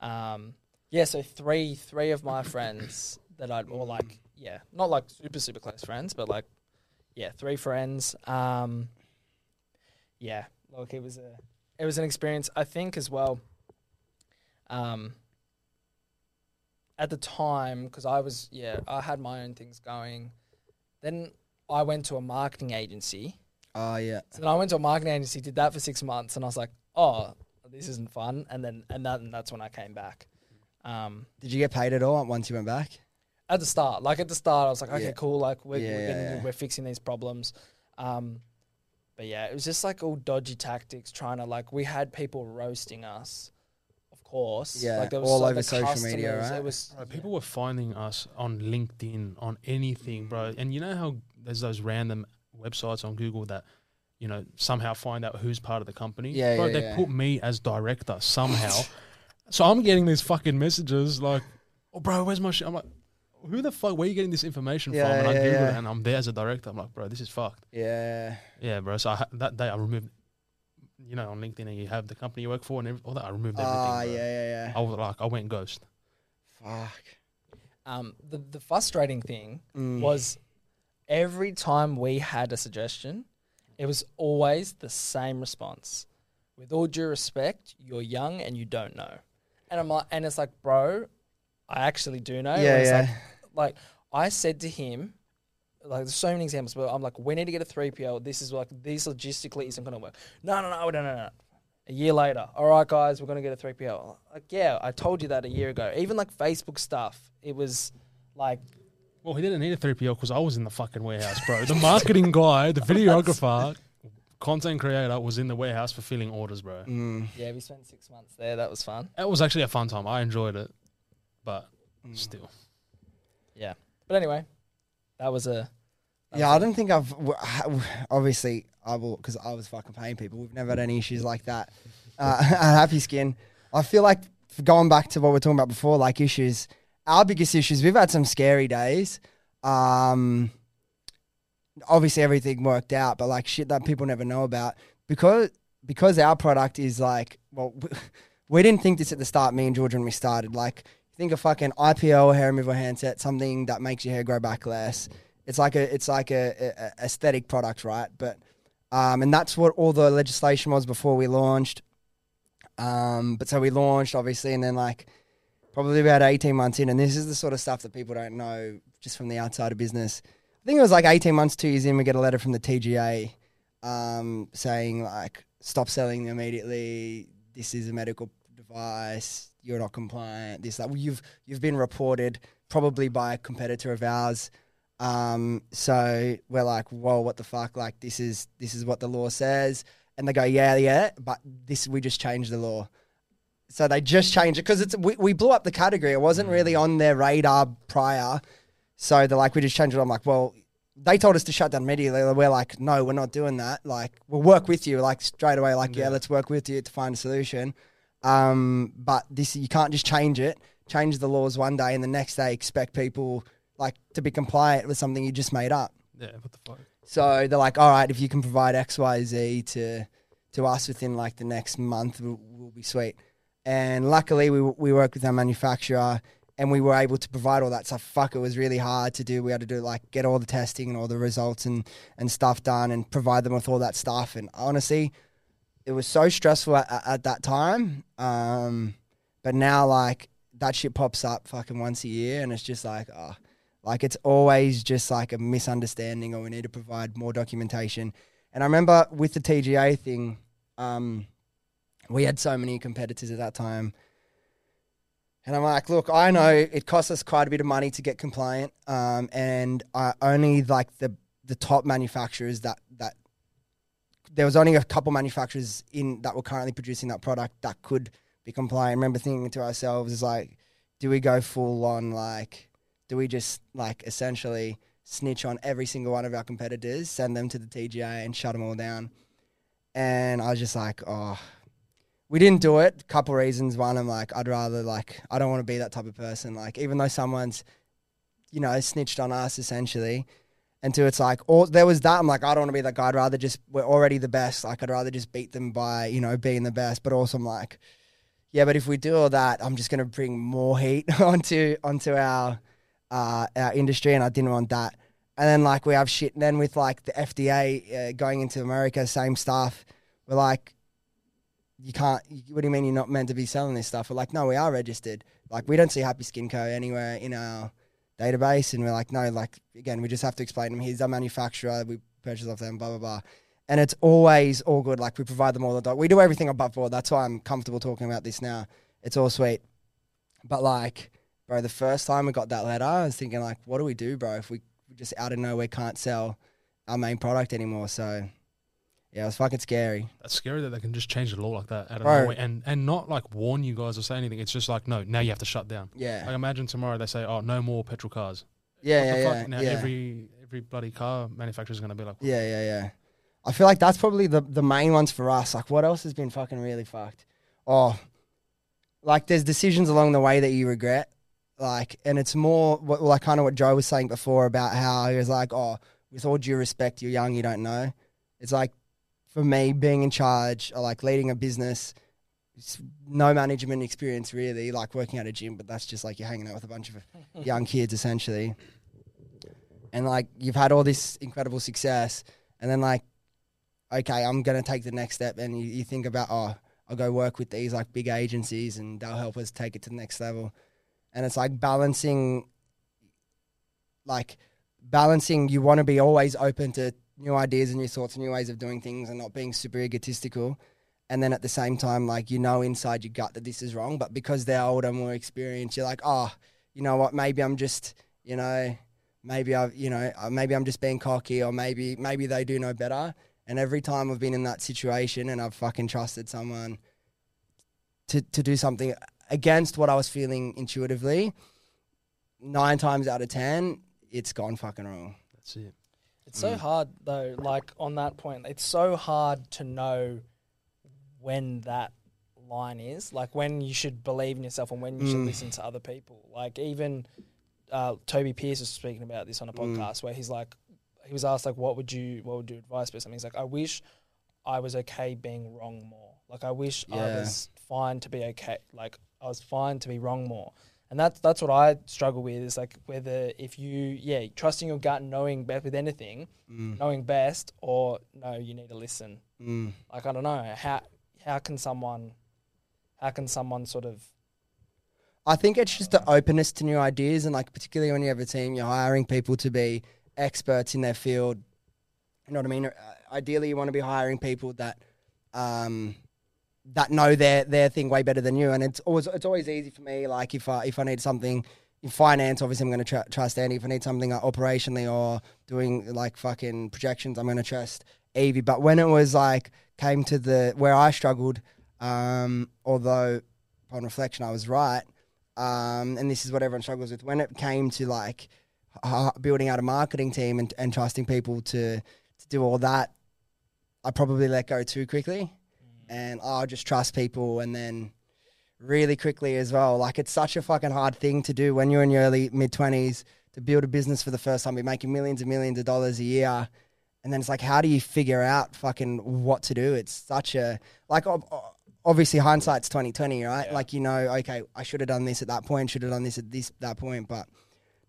Speaker 2: Um, yeah, so three three of my friends that I'd all like, yeah, not like super super close friends, but like, yeah, three friends. Um, yeah, look, it was a it was an experience. I think as well. Um, at the time, because I was yeah, I had my own things going. Then I went to a marketing agency.
Speaker 3: oh yeah
Speaker 2: So then I went to a marketing agency, did that for six months, and I was like, oh, this isn't fun. And then and, that, and that's when I came back. Um,
Speaker 3: Did you get paid at all once you went back?
Speaker 2: at the start, like at the start, I was like, okay,
Speaker 3: Yeah.
Speaker 2: cool, like we're
Speaker 3: Yeah,
Speaker 2: we're, getting,
Speaker 3: yeah, yeah.
Speaker 2: we're fixing these problems. Um, but yeah, it was just like all dodgy tactics, trying to like we had people roasting us. Of course.
Speaker 3: Yeah,
Speaker 2: like there was
Speaker 3: all
Speaker 2: like
Speaker 3: over
Speaker 2: the
Speaker 3: social media,
Speaker 2: customers,
Speaker 3: right?
Speaker 2: It was
Speaker 4: Bro, people were finding us on LinkedIn, on anything,
Speaker 3: Mm.
Speaker 4: bro. And you know how there's those random websites on Google that, you know, somehow find out who's part of the company.
Speaker 3: Yeah,
Speaker 4: bro,
Speaker 3: yeah,
Speaker 4: they
Speaker 3: yeah.
Speaker 4: put me as director somehow. so I'm getting these fucking messages like, "Oh, bro, where's my shit?" I'm like, "Who the fuck? Where are you getting this information
Speaker 3: Yeah,
Speaker 4: from?" And I
Speaker 3: yeah,
Speaker 4: Googled
Speaker 3: yeah.
Speaker 4: it, and I'm there as a director. I'm like, "Bro, this is fucked."
Speaker 3: Yeah.
Speaker 4: Yeah, bro. So I, ha- that day I removed, you know, on LinkedIn, and you have the company you work for and every, all that. I removed everything.
Speaker 3: Ah,
Speaker 4: bro. Oh,
Speaker 3: yeah, yeah, yeah.
Speaker 4: I was like, I went ghost.
Speaker 3: Fuck.
Speaker 2: um the, the frustrating thing
Speaker 3: Mm.
Speaker 2: was every time we had a suggestion, it was always the same response. With all due respect, you're young and you don't know. And I'm like, and it's like, bro, I actually do know.
Speaker 3: Yeah,
Speaker 2: And it's
Speaker 3: yeah.
Speaker 2: Like, like I said to him, like there's so many examples, but I'm like, we need to get a three PL. This is like this logistically isn't gonna work. No, no, no, no, no, no. A year later, all right, guys, we're gonna get a three PL. Like, yeah, I told you that a year ago. Even like Facebook stuff, it was like
Speaker 4: Well, he didn't need a 3PL because I was in the fucking warehouse, bro. The marketing guy, the videographer, content creator was in the warehouse fulfilling orders, bro.
Speaker 3: Mm.
Speaker 2: Yeah, we spent six months there. That was fun.
Speaker 4: That was actually a fun time. I enjoyed it, but still.
Speaker 2: Yeah. But anyway, that was a. that
Speaker 3: Yeah,
Speaker 2: was
Speaker 3: I don't think I've w- ha- obviously I will because I was fucking paying people. We've never had any issues like that uh, at Happy Skin. I feel like f- going back to what we we're talking about before, like issues. Our biggest issues. We've had some scary days. Um, obviously everything worked out, but like shit that people never know about because because our product is like well, we, we didn't think this at the start. Me and George when we started, like think a fucking IPL hair removal handset, something that makes your hair grow back less. It's like a it's like a, a- a aesthetic product, right? But um, and that's what all the legislation was before we launched. Um, but so we launched obviously, and then like probably about eighteen months in, and this is the sort of stuff that people don't know just from the outside of business. I think it was like eighteen months, two years in, we get a letter from the TGA um, saying like stop selling them immediately. This is a medical device. You're not compliant. This that well, you've you've been reported probably by a competitor of ours. Um, so we're like, whoa, what the fuck? Like this is this is what the law says. And they go, yeah, yeah, but this we just changed the law. So they just changed it because it's we, we blew up the category. It wasn't really on their radar prior. So they're like, we just changed it. I'm like, well, they told us to shut down immediately. We're like, no, we're not doing that. Like, we'll work with you, like straight away. Like, yeah,
Speaker 4: Yeah.
Speaker 3: let's work with you to find a solution. Um, but this, you can't just change it. Change the laws one day, and the next day expect people like to be compliant with something you just made up.
Speaker 4: Yeah, what the fuck?
Speaker 3: So they're like, all right, if you can provide X, Y, Z to to us within like the next month, we'll, we'll be sweet. And luckily, we we worked with our manufacturer, and we were able to provide all that stuff. Fuck, it was really hard to do. We had to do like get all the testing and all the results and and stuff done, and provide them with all that stuff. And honestly, it was so stressful at, at, at that time. Um, but now, like that shit pops up fucking once a year, and it's just like, ah. Like it's always just like a misunderstanding, or we need to provide more documentation. And I remember with the TGA thing, um, we had so many competitors at that time. And I'm like, look, I know it costs us quite a bit of money to get compliant, um, and I only like the the top manufacturers that that there was only a couple manufacturers in that were currently producing that product that could be compliant. I remember thinking to ourselves, is like, do we go full on like? do we just like essentially snitch on every single one of our competitors, send them to the TGA and shut them all down? And I was just like, oh, we didn't do it. Couple reasons. One, I'm like, I'd rather like, I don't want to be that type of person. Like, even though someone's, you know, snitched on us essentially. And two, it's like, all there was that. I'm like, I don't want to be that guy. I'd rather just, we're already the best. Like, I'd rather just beat them by, you know, being the best. But also, I'm like, yeah, but if we do all that, I'm just going to bring more heat onto onto our uh, our industry, and I didn't want that. And then like we have shit. And then with like the FDA uh, going into America, same stuff. We're like, you can't. you- What do you mean you're not meant to be selling this stuff? We're like, no, we are registered. Like we don't see Happy Skin Co anywhere in our database, and we're like, no, like again, we just have to explain to them. Here's our manufacturer. We purchase off them. Blah blah blah. And it's always all good. Like we provide them all the doc. We do everything above board. That's why I'm comfortable talking about this now. It's all sweet. But like, bro, the first time we got that letter, I was thinking like, what do we do, bro? If we just out of nowhere can't sell our main product anymore, so Yeah, it was fucking scary.
Speaker 4: That's scary that they can just change the law like that out of
Speaker 3: Right.
Speaker 4: nowhere and, and not like warn you guys or say anything. It's just like, no, now you have to shut down.
Speaker 3: Yeah.
Speaker 4: Like imagine tomorrow they say, oh, no more petrol cars.
Speaker 3: Yeah,
Speaker 4: What
Speaker 3: yeah,
Speaker 4: the
Speaker 3: yeah.
Speaker 4: fuck? Now
Speaker 3: yeah.
Speaker 4: every every bloody car manufacturer is going to be like,
Speaker 3: yeah, yeah, yeah. I feel like that's probably the, the main ones for us. Like, what else has been fucking really fucked? Oh, like there's decisions along the way that you regret. Like, and it's more what, like kind of what Joe was saying before about how he was like, oh, with all due respect, you're young, you don't know. It's like for me, being in charge, or like leading a business, it's no management experience really, like working at a gym, but that's just like you're hanging out with a bunch of young kids essentially. And like you've had all this incredible success, and then like, okay, I'm gonna take the next step, and you, you think about, oh, I'll go work with these like big agencies, and they'll help us take it to the next level. And it's like balancing, like balancing. You want to be always open to new ideas and new thoughts and new ways of doing things, and not being super egotistical. And then at the same time, like you know inside your gut that this is wrong, but because they're older, more experienced, you're like, oh, you know what? Maybe I'm just, you know, maybe I've, you know, uh, maybe I'm just being cocky, or maybe maybe they do know better. And every time I've been in that situation, and I've fucking trusted someone to to do something against what I was feeling intuitively, nine times out of ten, it's gone fucking wrong.
Speaker 4: that's it.
Speaker 2: It's so hard though, like on that point, it's so hard to know when that line is, like when you should believe in yourself and when you should listen to other people. Like even uh, Toby Pierce was speaking about this on a podcast where he's like, he was asked like, what would you, what would your advice be? Something he's like, I wish I was okay being wrong more. Like I wish I
Speaker 3: Yeah.
Speaker 2: was fine to be okay. Like I was fine to be wrong more. And that's that's what I struggle with is like whether if you yeah trusting your gut, and knowing best with anything, knowing best, or no, you need to listen.
Speaker 3: Mm.
Speaker 2: Like I don't know how how can someone how can someone sort of
Speaker 3: I think it's just the openness to new ideas, and like particularly when you have a team, you're hiring people to be experts in their field. You know what I mean? Uh, Ideally, you want to be hiring people that um, that know their their thing way better than you. And it's always it's always easy for me. Like if I if I need something in finance, obviously I'm going to tr- trust Andy. If I need something like operationally or doing like fucking projections, I'm going to trust Evie. But when it was like came to the where I struggled, um, although upon reflection I was right, um, and this is what everyone struggles with when it came to like h- building out a marketing team and, and trusting people to to do all that. I probably let go too quickly and I'll just trust people and then really quickly as well. Like it's such a fucking hard thing to do when you're in your early mid twenties to build a business for the first time. You're making millions and millions of dollars a year. And then it's like, how do you figure out fucking what to do? It's such a like ob- o- obviously hindsight's twenty twenty, right? Like you know, okay, I should have done this at that point, should have done this at this that point, but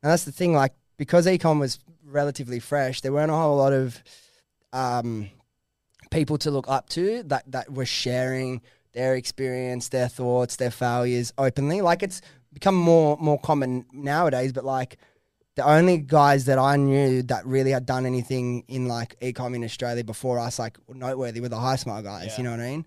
Speaker 3: and that's the thing, like because econ was relatively fresh, there weren't a whole lot of um, people to look up to that that were sharing their experience, their thoughts, their failures openly. Like it's become more more common nowadays, but like the only guys that I knew that really had done anything in like ecom in Australia before us, like noteworthy, were the high smart guys. You know what I mean?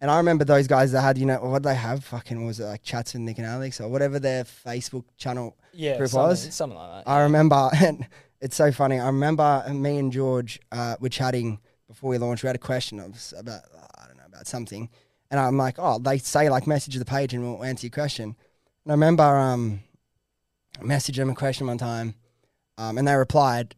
Speaker 3: And I remember those guys that had, you know, what they have? Fucking what was it like chats with Nick and Alex or whatever their Facebook channel
Speaker 2: yeah
Speaker 3: Group
Speaker 2: something,
Speaker 3: was?
Speaker 2: something like that.
Speaker 3: I remember, and it's so funny. I remember me and George uh, were chatting before we launched. We had a question of s- about uh, I don't know about something, and I'm like, oh, they say like message the page and we'll answer your question. And I remember um, I messaged them a question one time, um, and they replied,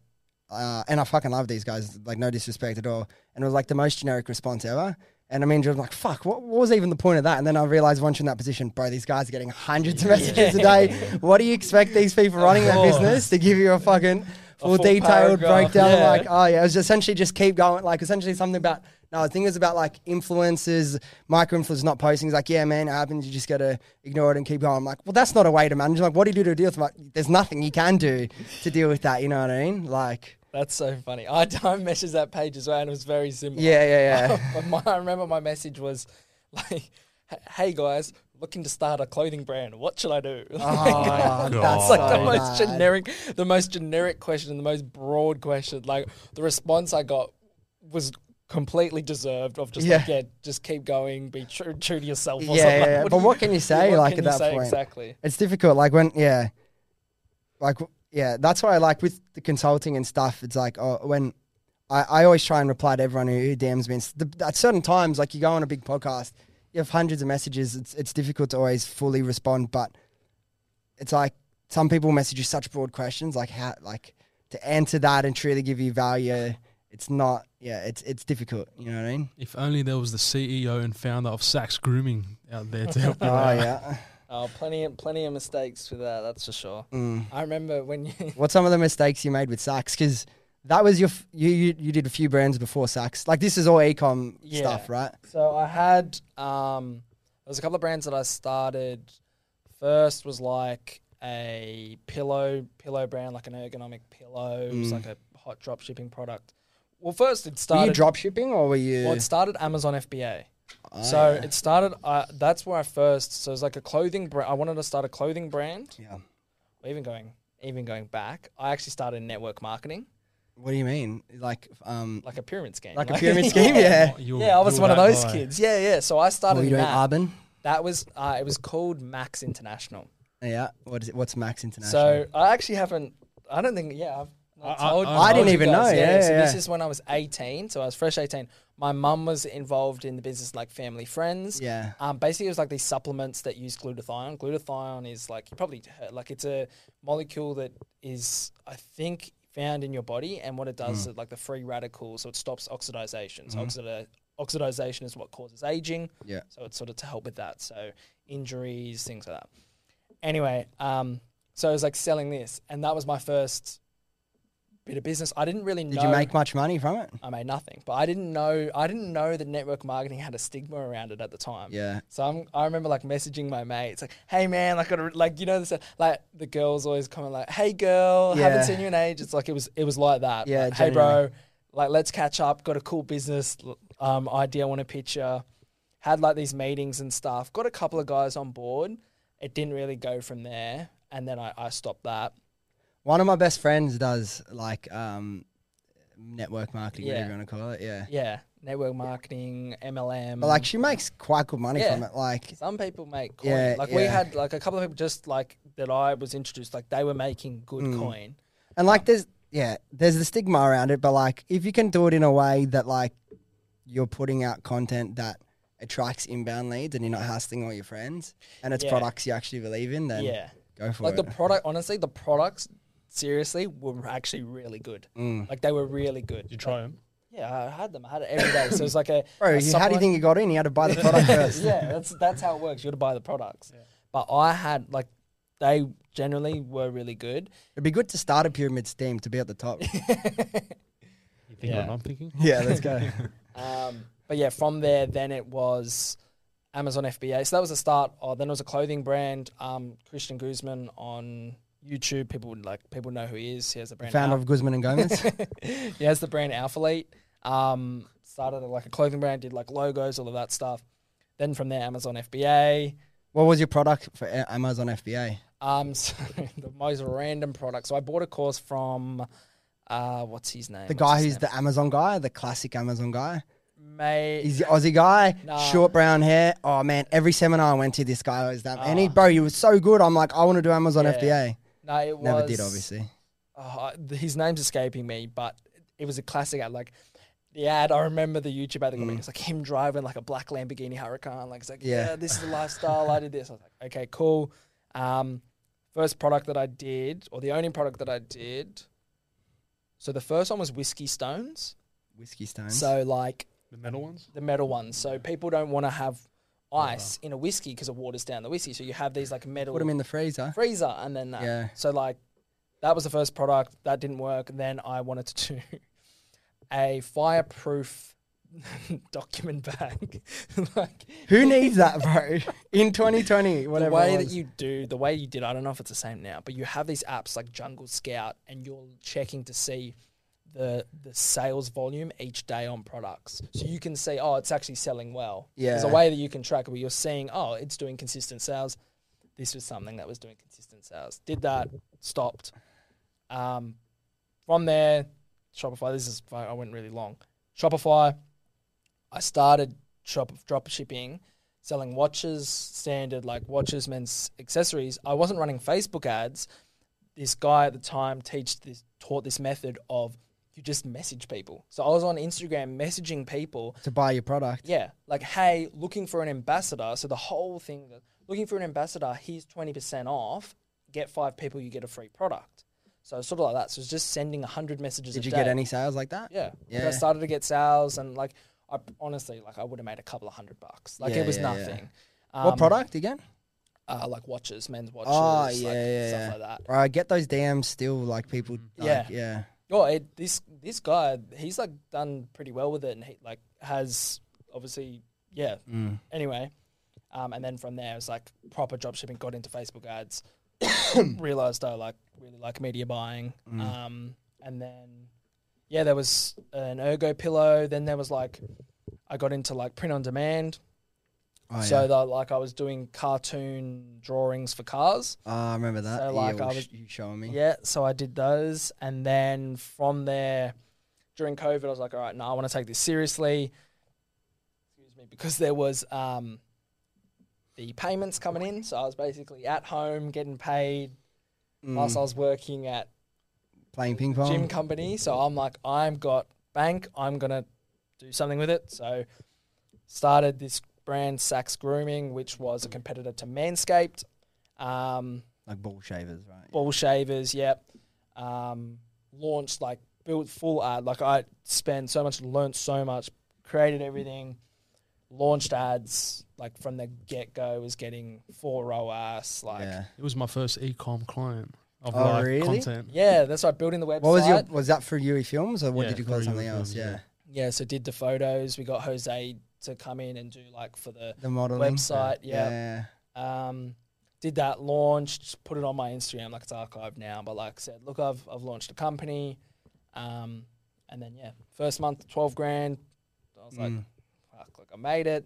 Speaker 3: uh, and I fucking love these guys, like no disrespect at all. And it was like the most generic response ever. And I mean, George, I'm like, fuck, what, what was even the point of that? And then I realized once you're in that position, bro, these guys are getting hundreds of messages a day. What do you expect these people running their
Speaker 2: course.
Speaker 3: business to give you a fucking full,
Speaker 2: full
Speaker 3: detailed
Speaker 2: paragraph,
Speaker 3: breakdown?
Speaker 2: yeah.
Speaker 3: Like, oh yeah, it was essentially just keep going. Like essentially something about no, I think it was about like influencers, micro influencers not posting. It's like, yeah, man, it happens. You just gotta ignore it and keep going. I'm like, well, that's not a way to manage. Like, what do you do to deal with? it? Like, there's nothing you can do to deal with that. You know what I mean? Like,
Speaker 2: That's so funny. I I messaged that page as well, and it was very similar.
Speaker 3: yeah, yeah, yeah.
Speaker 2: but my, I remember my message was like, "Hey guys, looking to start a clothing brand. What should I do?"
Speaker 3: Oh,
Speaker 2: It's
Speaker 3: that's
Speaker 2: like
Speaker 3: so
Speaker 2: the most
Speaker 3: bad.
Speaker 2: generic, the most generic question, the most broad question. Like the response I got was completely deserved of just like,
Speaker 3: Yeah.
Speaker 2: yeah, just keep going, be true, true to yourself. Or
Speaker 3: Yeah,
Speaker 2: something.
Speaker 3: yeah, yeah. But
Speaker 2: do
Speaker 3: what can you say,
Speaker 2: what
Speaker 3: like,
Speaker 2: can
Speaker 3: at that
Speaker 2: you say
Speaker 3: point?
Speaker 2: Exactly.
Speaker 3: It's difficult. Like when, yeah, like w- yeah, that's why. Like with the consulting and stuff, it's like oh, when I, I always try and reply to everyone who, who DMs me. It's the, at certain times, like you go on a big podcast, you have hundreds of messages. It's it's difficult to always fully respond, but it's like some people message you such broad questions, like how like to answer that and truly give you value. It's not, yeah, it's it's difficult. You know what I mean?
Speaker 4: If only there was the CEO and founder of Saks Grooming out there to help you.
Speaker 3: Oh yeah.
Speaker 2: Oh, plenty, of, plenty of mistakes with that. That's for sure.
Speaker 3: Mm.
Speaker 2: I remember when you
Speaker 3: What some of the mistakes you made with Saks? Because that was your f- you, you you did a few brands before Saks. Like this is all ecom
Speaker 2: Yeah.
Speaker 3: stuff, right?
Speaker 2: So I had um, there was a couple of brands that I started. First was like a pillow pillow brand, like an ergonomic pillow.
Speaker 3: Mm.
Speaker 2: It was like a hot drop shipping product. Well, first it
Speaker 3: Were
Speaker 2: started.
Speaker 3: you drop shipping or were you?
Speaker 2: well, it started Amazon FBA.
Speaker 3: Oh,
Speaker 2: so
Speaker 3: yeah.
Speaker 2: it started. Uh, that's where I first. So it's like a clothing brand. I wanted to start a clothing brand.
Speaker 3: yeah.
Speaker 2: Or even going even going back, I actually started network marketing,
Speaker 3: What do you mean? Like um,
Speaker 2: like a pyramid scheme,
Speaker 3: like a pyramid scheme? Yeah.
Speaker 4: You were-
Speaker 2: Yeah, I was
Speaker 4: you
Speaker 2: one
Speaker 4: were
Speaker 2: of
Speaker 4: that
Speaker 2: those
Speaker 4: guy.
Speaker 2: kids. Yeah, yeah. So I
Speaker 3: What
Speaker 2: started
Speaker 3: were you doing,
Speaker 2: that.
Speaker 3: Arben?
Speaker 2: That was uh, it was called Max International.
Speaker 3: Yeah. What is it? What's Max International?
Speaker 2: So I actually haven't. I don't think. Yeah, I've not
Speaker 4: I- I-
Speaker 2: told.
Speaker 4: I
Speaker 2: told
Speaker 4: didn't
Speaker 2: you
Speaker 3: even
Speaker 2: guys,
Speaker 3: know, yeah,
Speaker 2: So this
Speaker 3: yeah.
Speaker 2: is when I was eighteen. So I was fresh eighteen. My mum was involved in the business, like family friends.
Speaker 3: yeah.
Speaker 2: Um, basically, it was like these supplements that use glutathione. Glutathione is like you probably heard, like it's a molecule that is I think found in your body, and what it
Speaker 3: Hmm.
Speaker 2: does is like the free radicals, so it stops oxidization. So oxida- oxidization is what causes aging.
Speaker 3: Yeah.
Speaker 2: So it's sort of to help with that. So injuries, things like that. Anyway, um, so I was like selling this, and that was my first bit of business. I didn't really
Speaker 3: Did
Speaker 2: know.
Speaker 3: you make much money from it?
Speaker 2: I made nothing, but I didn't know. I didn't know that network marketing had a stigma around it at the time.
Speaker 3: Yeah.
Speaker 2: So I'm, I remember like messaging my mates like, "Hey man, like, got a, like you know this like the girls always comment like, "Hey girl,
Speaker 3: Yeah.
Speaker 2: haven't seen you in age." It's like it was it was like that.
Speaker 3: Yeah,
Speaker 2: Like, hey bro,
Speaker 3: genuinely.
Speaker 2: like let's catch up. Got a cool business l- um, idea. Want a picture? Had like these meetings and stuff. Got a couple of guys on board. It didn't really go from there, and then I, I stopped that.
Speaker 3: One of my best friends does like um, network marketing, whatever you
Speaker 2: Yeah.
Speaker 3: want to call it. Yeah.
Speaker 2: Yeah, network marketing, MLM.
Speaker 3: But like she makes quite good money
Speaker 2: Um, Yeah.
Speaker 3: from it. Like
Speaker 2: Some people make coin.
Speaker 3: Yeah,
Speaker 2: like we
Speaker 3: yeah.
Speaker 2: had like a couple of people just like that I was introduced, like they were making good
Speaker 3: Mm.
Speaker 2: coin.
Speaker 3: and like there's yeah, there's the stigma around it, but like if you can do it in a way that like you're putting out content that attracts inbound leads and you're not hassling all your friends and it's
Speaker 2: Yeah.
Speaker 3: products you actually believe in, then
Speaker 2: Yeah.
Speaker 3: go for
Speaker 2: Like
Speaker 3: it.
Speaker 2: the product honestly, the products seriously were actually really good.
Speaker 3: Mm.
Speaker 2: Like they were really good.
Speaker 4: Did you try them?
Speaker 2: Yeah, I had them. I had it every day. So it was like a
Speaker 3: Bro, you, how
Speaker 2: a
Speaker 3: do you
Speaker 2: supplement-
Speaker 3: think you got in? You had to buy the product first.
Speaker 2: yeah, that's that's how it works. You got to buy the products. But I had like they generally were really good.
Speaker 3: It'd be good to start a pyramid scheme to be at the top.
Speaker 4: You think
Speaker 2: Yeah.
Speaker 4: what I'm thinking?
Speaker 3: yeah, let's go.
Speaker 2: Um, but yeah, from there, then it was Amazon FBA. So that was the start. Of, then it was a clothing brand. Um, Christian Guzman on YouTube. People would like people know who he is. He has the brand.
Speaker 3: Founder
Speaker 2: Al-
Speaker 3: of Guzman and Gomez.
Speaker 2: he has the brand Alphalete. Um, started like a clothing brand. Did like logos, all of that stuff. Then from there, Amazon FBA.
Speaker 3: what was your product for A- Amazon FBA?
Speaker 2: Um, so the most random product. So I bought a course from, uh, what's his name?
Speaker 3: The
Speaker 2: What's
Speaker 3: guy
Speaker 2: his
Speaker 3: who's
Speaker 2: name?
Speaker 3: the Amazon guy, the classic Amazon guy.
Speaker 2: May.
Speaker 3: He's the Aussie guy,
Speaker 2: Nah.
Speaker 3: short brown hair. Oh man, every seminar I went to, this guy was that. And he,
Speaker 2: Ah.
Speaker 3: bro, he was so good. I'm like, I want to do Amazon
Speaker 2: Yeah.
Speaker 3: FBA.
Speaker 2: no, it
Speaker 3: Never
Speaker 2: was,
Speaker 3: did, obviously.
Speaker 2: oh, I- th- his name's escaping me, but it was a classic ad. Like the ad, I remember the YouTube ad. that got me. It's like him driving like a black Lamborghini Huracan. Like it's like,
Speaker 3: Yeah.
Speaker 2: Mm. yeah, this is the lifestyle. I did this. I was like, okay, cool. Um, first product that I did, or the only product that I did. So the first one was whiskey stones.
Speaker 3: Whiskey stones.
Speaker 2: So like
Speaker 4: The metal ones?
Speaker 2: the metal ones. So people don't want to have ice in a whiskey because it waters down the whiskey. So you have these like metal
Speaker 3: Put them in the freezer.
Speaker 2: freezer and then that.
Speaker 3: Yeah.
Speaker 2: So like that was the first product that didn't work. Then I wanted to do a fireproof document bag. like
Speaker 3: Who needs that, bro? In 2020,
Speaker 2: the
Speaker 3: whatever. it
Speaker 2: way that
Speaker 3: was.
Speaker 2: you do, the way you did, I don't know if it's the same now, but you have these apps like Jungle Scout and you're checking to see the the sales volume each day on products. So you can see, oh, it's actually selling well. There's a
Speaker 3: Yeah.
Speaker 2: way that you can track it where you're seeing, oh, it's doing consistent sales. This was something that was doing consistent sales. Did that, stopped. Um, from there, Shopify, this is, I went really long. Shopify, I started shop, drop shipping, selling watches, standard like watches, men's accessories. I wasn't running Facebook ads. This guy at the time teach this, taught this method of you just message people. So I was on Instagram messaging people.
Speaker 3: to buy your product.
Speaker 2: Yeah, like hey, looking for an ambassador. So the whole thing, looking for an ambassador. Here's twenty percent off. Get five people, you get a free product. So it's sort of like that. So it's just sending hundred messages.
Speaker 3: Did
Speaker 2: a
Speaker 3: you
Speaker 2: day.
Speaker 3: get any sales like that?
Speaker 2: Yeah.
Speaker 3: Yeah.
Speaker 2: But I started to get sales and like I honestly like I would have made a couple of hundred bucks. Like
Speaker 3: Yeah,
Speaker 2: it was
Speaker 3: yeah, yeah.
Speaker 2: nothing.
Speaker 3: what
Speaker 2: Um,
Speaker 3: product again?
Speaker 2: Uh, like watches, men's watches,
Speaker 3: Oh,
Speaker 2: like,
Speaker 3: yeah, yeah,
Speaker 2: stuff
Speaker 3: yeah.
Speaker 2: like that.
Speaker 3: Right, I get those DMs still like people. Like, yeah,
Speaker 2: Mm, Yeah.
Speaker 3: yeah.
Speaker 2: Oh, it, this this guy, he's like done pretty well with it, and he like has obviously, yeah.
Speaker 3: Mm,
Speaker 2: Anyway, um, and then from there, it was like proper drop shipping. Got into Facebook ads. realized I like really like media buying.
Speaker 3: Mm.
Speaker 2: Um, and then, yeah, there was an ergo pillow. Then there was like, I got into like print on demand.
Speaker 3: Oh,
Speaker 2: so
Speaker 3: yeah.
Speaker 2: that like I was doing cartoon drawings for cars.
Speaker 3: Oh, I remember that.
Speaker 2: so,
Speaker 3: yeah,
Speaker 2: like,
Speaker 3: well,
Speaker 2: I
Speaker 3: sh-
Speaker 2: was-
Speaker 3: you showing me.
Speaker 2: Yeah, so I did those, and then from there, during COVID, I was like, all right, no, I want to take this seriously. Excuse me, because there was um, the payments coming in, so I was basically at home getting paid
Speaker 3: Mm,
Speaker 2: whilst I was working at
Speaker 3: playing ping pong.
Speaker 2: gym company. So I'm like, I'm got bank. I'm gonna do something with it. So started this brand Sax Grooming, which was a competitor to Manscaped. Um,
Speaker 3: like ball shavers, right?
Speaker 2: ball shavers. Yep. Um, launched like built full ad. Like I spent so much, learnt so much, created everything, launched ads. Like from the get go, was getting four ROAS. Like yeah.
Speaker 3: yeah.
Speaker 4: It was my first ecom client of
Speaker 3: Oh,
Speaker 4: live
Speaker 3: really?
Speaker 4: content.
Speaker 2: that's right. Building the website.
Speaker 3: What was your? Was that for UE Films or what
Speaker 4: Yeah,
Speaker 3: did you call
Speaker 4: for
Speaker 3: it something
Speaker 4: UE
Speaker 3: else?
Speaker 4: Films,
Speaker 3: yeah.
Speaker 4: yeah.
Speaker 2: yeah, so did the photos. We got Jose to come in and do like for the
Speaker 3: the modeling
Speaker 2: website. Yeah.
Speaker 3: yeah.
Speaker 2: Um, did that launched, put it on my Instagram, like it's archived now. But like I said, look, I've I've launched a company, um, and then yeah, first month twelve grand. I was like,
Speaker 3: Mm.
Speaker 2: fuck, like I made it.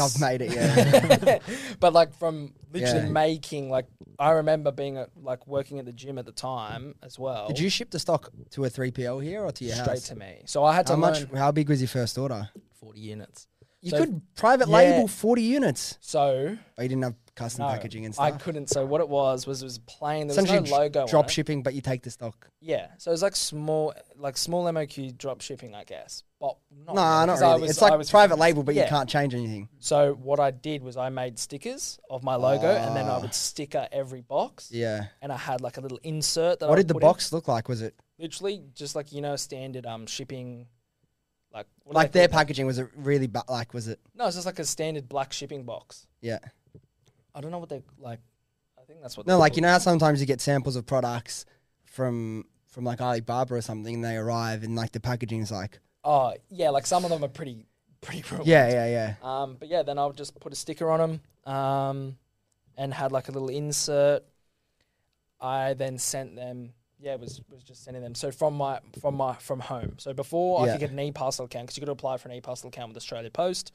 Speaker 3: I've made it. Yeah.
Speaker 2: it. but like from literally
Speaker 3: Yeah.
Speaker 2: making, like I remember being at, like working at the gym at the time as well.
Speaker 3: Did you ship the stock to a 3PL here or to your
Speaker 2: straight
Speaker 3: house?
Speaker 2: to me? So I had to
Speaker 3: How much?
Speaker 2: learn
Speaker 3: How big was your first order?
Speaker 2: forty units.
Speaker 3: You
Speaker 2: So-
Speaker 3: could private
Speaker 2: Yeah.
Speaker 3: label 40 units.
Speaker 2: So
Speaker 3: Oh, you didn't have custom
Speaker 2: no,
Speaker 3: packaging and
Speaker 2: I
Speaker 3: stuff.
Speaker 2: couldn't. So what it was was it was plain. There was
Speaker 3: Essentially,
Speaker 2: no logo.
Speaker 3: drop
Speaker 2: on it.
Speaker 3: shipping, but you take the stock.
Speaker 2: Yeah, so it's like small, like small MOQ drop shipping, I guess. But
Speaker 3: No,
Speaker 2: not
Speaker 3: nah, not
Speaker 2: 'cause I
Speaker 3: really.
Speaker 2: was-
Speaker 3: it's
Speaker 2: I
Speaker 3: like
Speaker 2: was-
Speaker 3: private label, but you
Speaker 2: Yeah.
Speaker 3: can't change anything.
Speaker 2: So what I did was I made stickers of my logo, and then I would sticker every box,
Speaker 3: Ah. Yeah.
Speaker 2: and I had like a little insert. That I
Speaker 3: What
Speaker 2: would
Speaker 3: did the
Speaker 2: put in.
Speaker 3: box look like? Was it
Speaker 2: Literally, just like you know, standard um shipping, like what do
Speaker 3: like
Speaker 2: they
Speaker 3: their
Speaker 2: call them?
Speaker 3: packaging? Was it really ba- like? Was it?
Speaker 2: No, it's just like a standard black shipping box.
Speaker 3: Yeah.
Speaker 2: I don't know what they like. I think that's what.
Speaker 3: No,
Speaker 2: they're
Speaker 3: like you
Speaker 2: called.
Speaker 3: know how sometimes you get samples of products from from like Alibaba or something, and they arrive and like the packaging's like
Speaker 2: Oh yeah, like some of them are pretty, pretty. Ruined.
Speaker 3: yeah, yeah, yeah.
Speaker 2: Um, but yeah, then I would just put a sticker on them um, and had like a little insert. I then sent them. Yeah, it was was just sending them. So from my from my from home. So before I
Speaker 3: Yeah.
Speaker 2: could get an e-parcel account because you got to apply for an e-parcel account with Australia Post.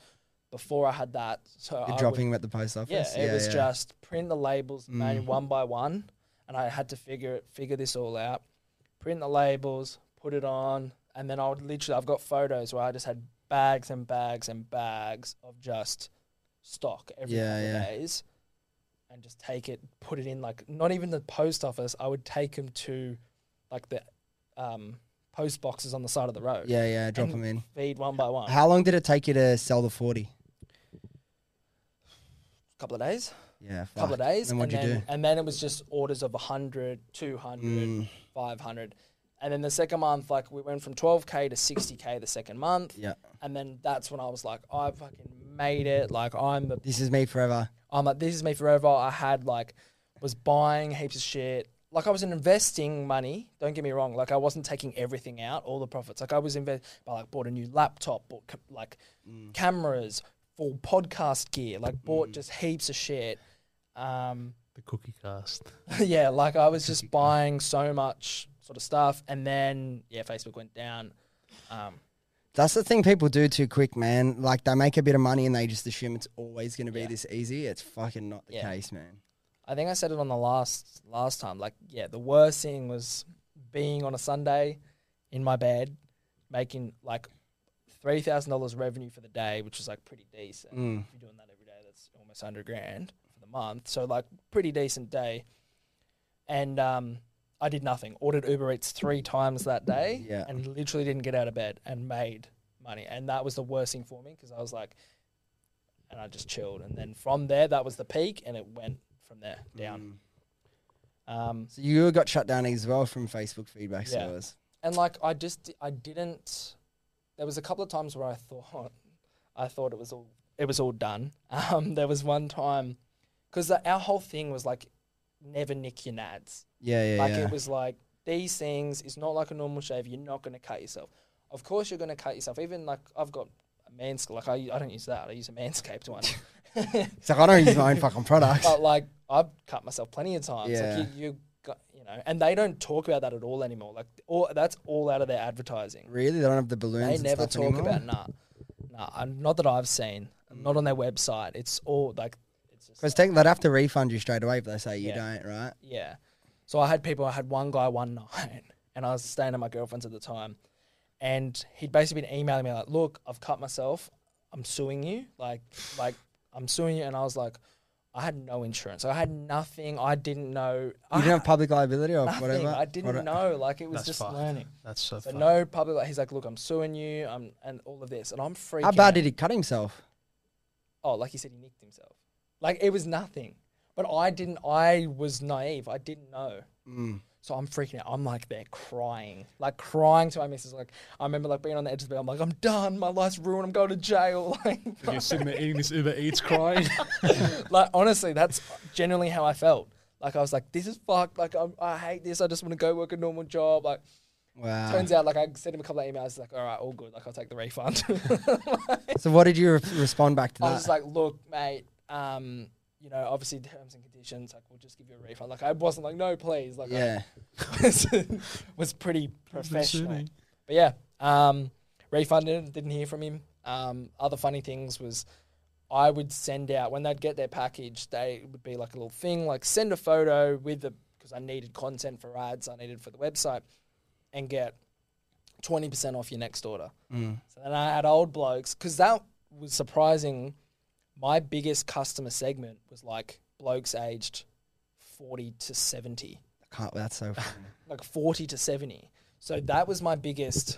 Speaker 2: Before I had that, so I
Speaker 3: You're
Speaker 2: would-
Speaker 3: dropping them at the post office. Mm.
Speaker 2: yeah, it was just print the labels man, one by one, and I had to figure it, figure this all out. Print the labels, put it on, and then I would literally I've got photos where I just had bags and bags and bags of just stock every
Speaker 3: Yeah,
Speaker 2: couple
Speaker 3: yeah.
Speaker 2: of days, and just take it, put it in like not even the post office. I would take them to like the um, post boxes on the side of the road.
Speaker 3: yeah, yeah. Drop
Speaker 2: And uh,
Speaker 3: them in.
Speaker 2: feed one by one. A
Speaker 3: How long did it take you to sell the forty?
Speaker 2: couple of days.
Speaker 3: Yeah, fuck.
Speaker 2: couple of days.
Speaker 3: Then
Speaker 2: And,
Speaker 3: what'd you
Speaker 2: then,
Speaker 3: do?
Speaker 2: and then it was just orders of 100, 200,
Speaker 3: Mm.
Speaker 2: 500. And then the second month, like we went from 12K to 60K the second month.
Speaker 3: Yeah.
Speaker 2: And then that's when I was like, I fucking made it. Like I'm the,
Speaker 3: This is me forever.
Speaker 2: I'm like, this is me forever. I had like, was buying heaps of shit. Like I was investing money. Don't get me wrong. Like I wasn't taking everything out, all the profits. Like I was invest, but like bought a new laptop, bought ca- like cameras, full podcast gear. Like bought just heaps of shit. Um,
Speaker 4: The cookie cast.
Speaker 2: yeah, like I was just buying so much sort of stuff, and then yeah, Facebook went down. Um,
Speaker 3: That's the thing people do too quick, man. Like they make a bit of money and they just assume it's always going to be
Speaker 2: Yeah.
Speaker 3: this easy. It's fucking not the
Speaker 2: Yeah.
Speaker 3: case, man.
Speaker 2: I think I said it on the last last time. Like, yeah, the worst thing was being on a Sunday in my bed, making like three thousand dollars revenue for the day, which was like pretty decent.
Speaker 3: Mm.
Speaker 2: If you're doing that every day, that's almost hundred grand for the month. So like pretty decent day. And um, I did nothing. Ordered Uber Eats three times that day
Speaker 3: Yeah.
Speaker 2: and literally didn't get out of bed and made money. And that was the worst thing for me because I was like, and I just chilled. And then from there, that was the peak and it went from there down. Um,
Speaker 3: Mm. So you got shut down as well from Facebook feedback
Speaker 2: Yeah.
Speaker 3: servers.
Speaker 2: and like, I just, I didn't, there was a couple of times where I thought, I thought it was all, it was all done. Um, there was one time, because our whole thing was like, never nick your nads.
Speaker 3: Yeah, yeah,
Speaker 2: Like
Speaker 3: yeah.
Speaker 2: it was like these things. It's not like a normal shave. You're not going to cut yourself. Of course, you're going to cut yourself. Even like I've got a manscape. Like I, I don't use that. I use a manscaped one.
Speaker 3: it's like I don't use my own fucking product.
Speaker 2: but like I've cut myself plenty of times.
Speaker 3: Yeah.
Speaker 2: Like you, you got, you know, and they don't talk about that at all anymore. Like all that's all out of their advertising.
Speaker 3: Really, they don't have the balloons.
Speaker 2: They
Speaker 3: and
Speaker 2: never
Speaker 3: stuff
Speaker 2: talk
Speaker 3: anymore? Mm.
Speaker 2: about nah, nah. i not that I've seen. Not on their website. It's all like it's just
Speaker 3: Because they'd have to refund you straight away if they say you
Speaker 2: Yeah.
Speaker 3: don't, right?
Speaker 2: Yeah. So I had people, I had one guy one night, and I was staying at my girlfriend's at the time, and he'd basically been emailing me like, "Look, I've cut myself. I'm suing you. Like, like I'm suing you." And I was like, "I had no insurance. I had nothing. I didn't know. I
Speaker 3: You didn't have public liability or
Speaker 2: Ah, nothing.
Speaker 3: whatever.
Speaker 2: I didn't
Speaker 3: What-
Speaker 2: know. Like, it was
Speaker 4: That's
Speaker 2: just
Speaker 4: fucked.
Speaker 2: learning."
Speaker 4: That's so,
Speaker 2: So
Speaker 4: fucked.
Speaker 2: no public. Like, he's like, "Look, I'm suing you. I'm and all of this." And I'm freaking.
Speaker 3: How bad
Speaker 2: out.
Speaker 3: did he cut himself?
Speaker 2: oh, like he said, he nicked himself. Like it was nothing. But I didn't. I was naive. I didn't know. So I'm freaking out. I'm like there crying, like crying to my missus. Like I remember like being on the edge of the bed. I'm like, I'm done. My life's ruined. I'm going to jail. Like,
Speaker 4: You're sitting there eating this Uber Eats crying.
Speaker 2: like honestly, that's genuinely how I felt. Like I was like, this is fucked. Like I'm, I hate this. I just want to go work a normal job. Like
Speaker 3: Wow.
Speaker 2: turns out, like I sent him a couple of emails. Like all right, all good. Like I'll take the refund.
Speaker 3: so what did you re- respond back to
Speaker 2: I
Speaker 3: that?
Speaker 2: was just like, look, mate, um, you know, obviously terms and conditions, like we'll just give you a refund. Like I wasn't like, no, please. Like
Speaker 3: yeah.
Speaker 2: I was, was pretty professional.
Speaker 4: Suing.
Speaker 2: But yeah, um, refunded. Didn't hear from him. Um, other funny things was I would send out when they'd get their package. They it would be like a little thing, like send a photo with the because I needed content for ads, I needed for the website, and get twenty percent off your next order.
Speaker 3: Mm.
Speaker 2: So then I had old blokes because that was surprising. My biggest customer segment was like blokes aged forty to seventy
Speaker 3: I can't, that's so funny.
Speaker 2: like 40 to 70. So that was my biggest,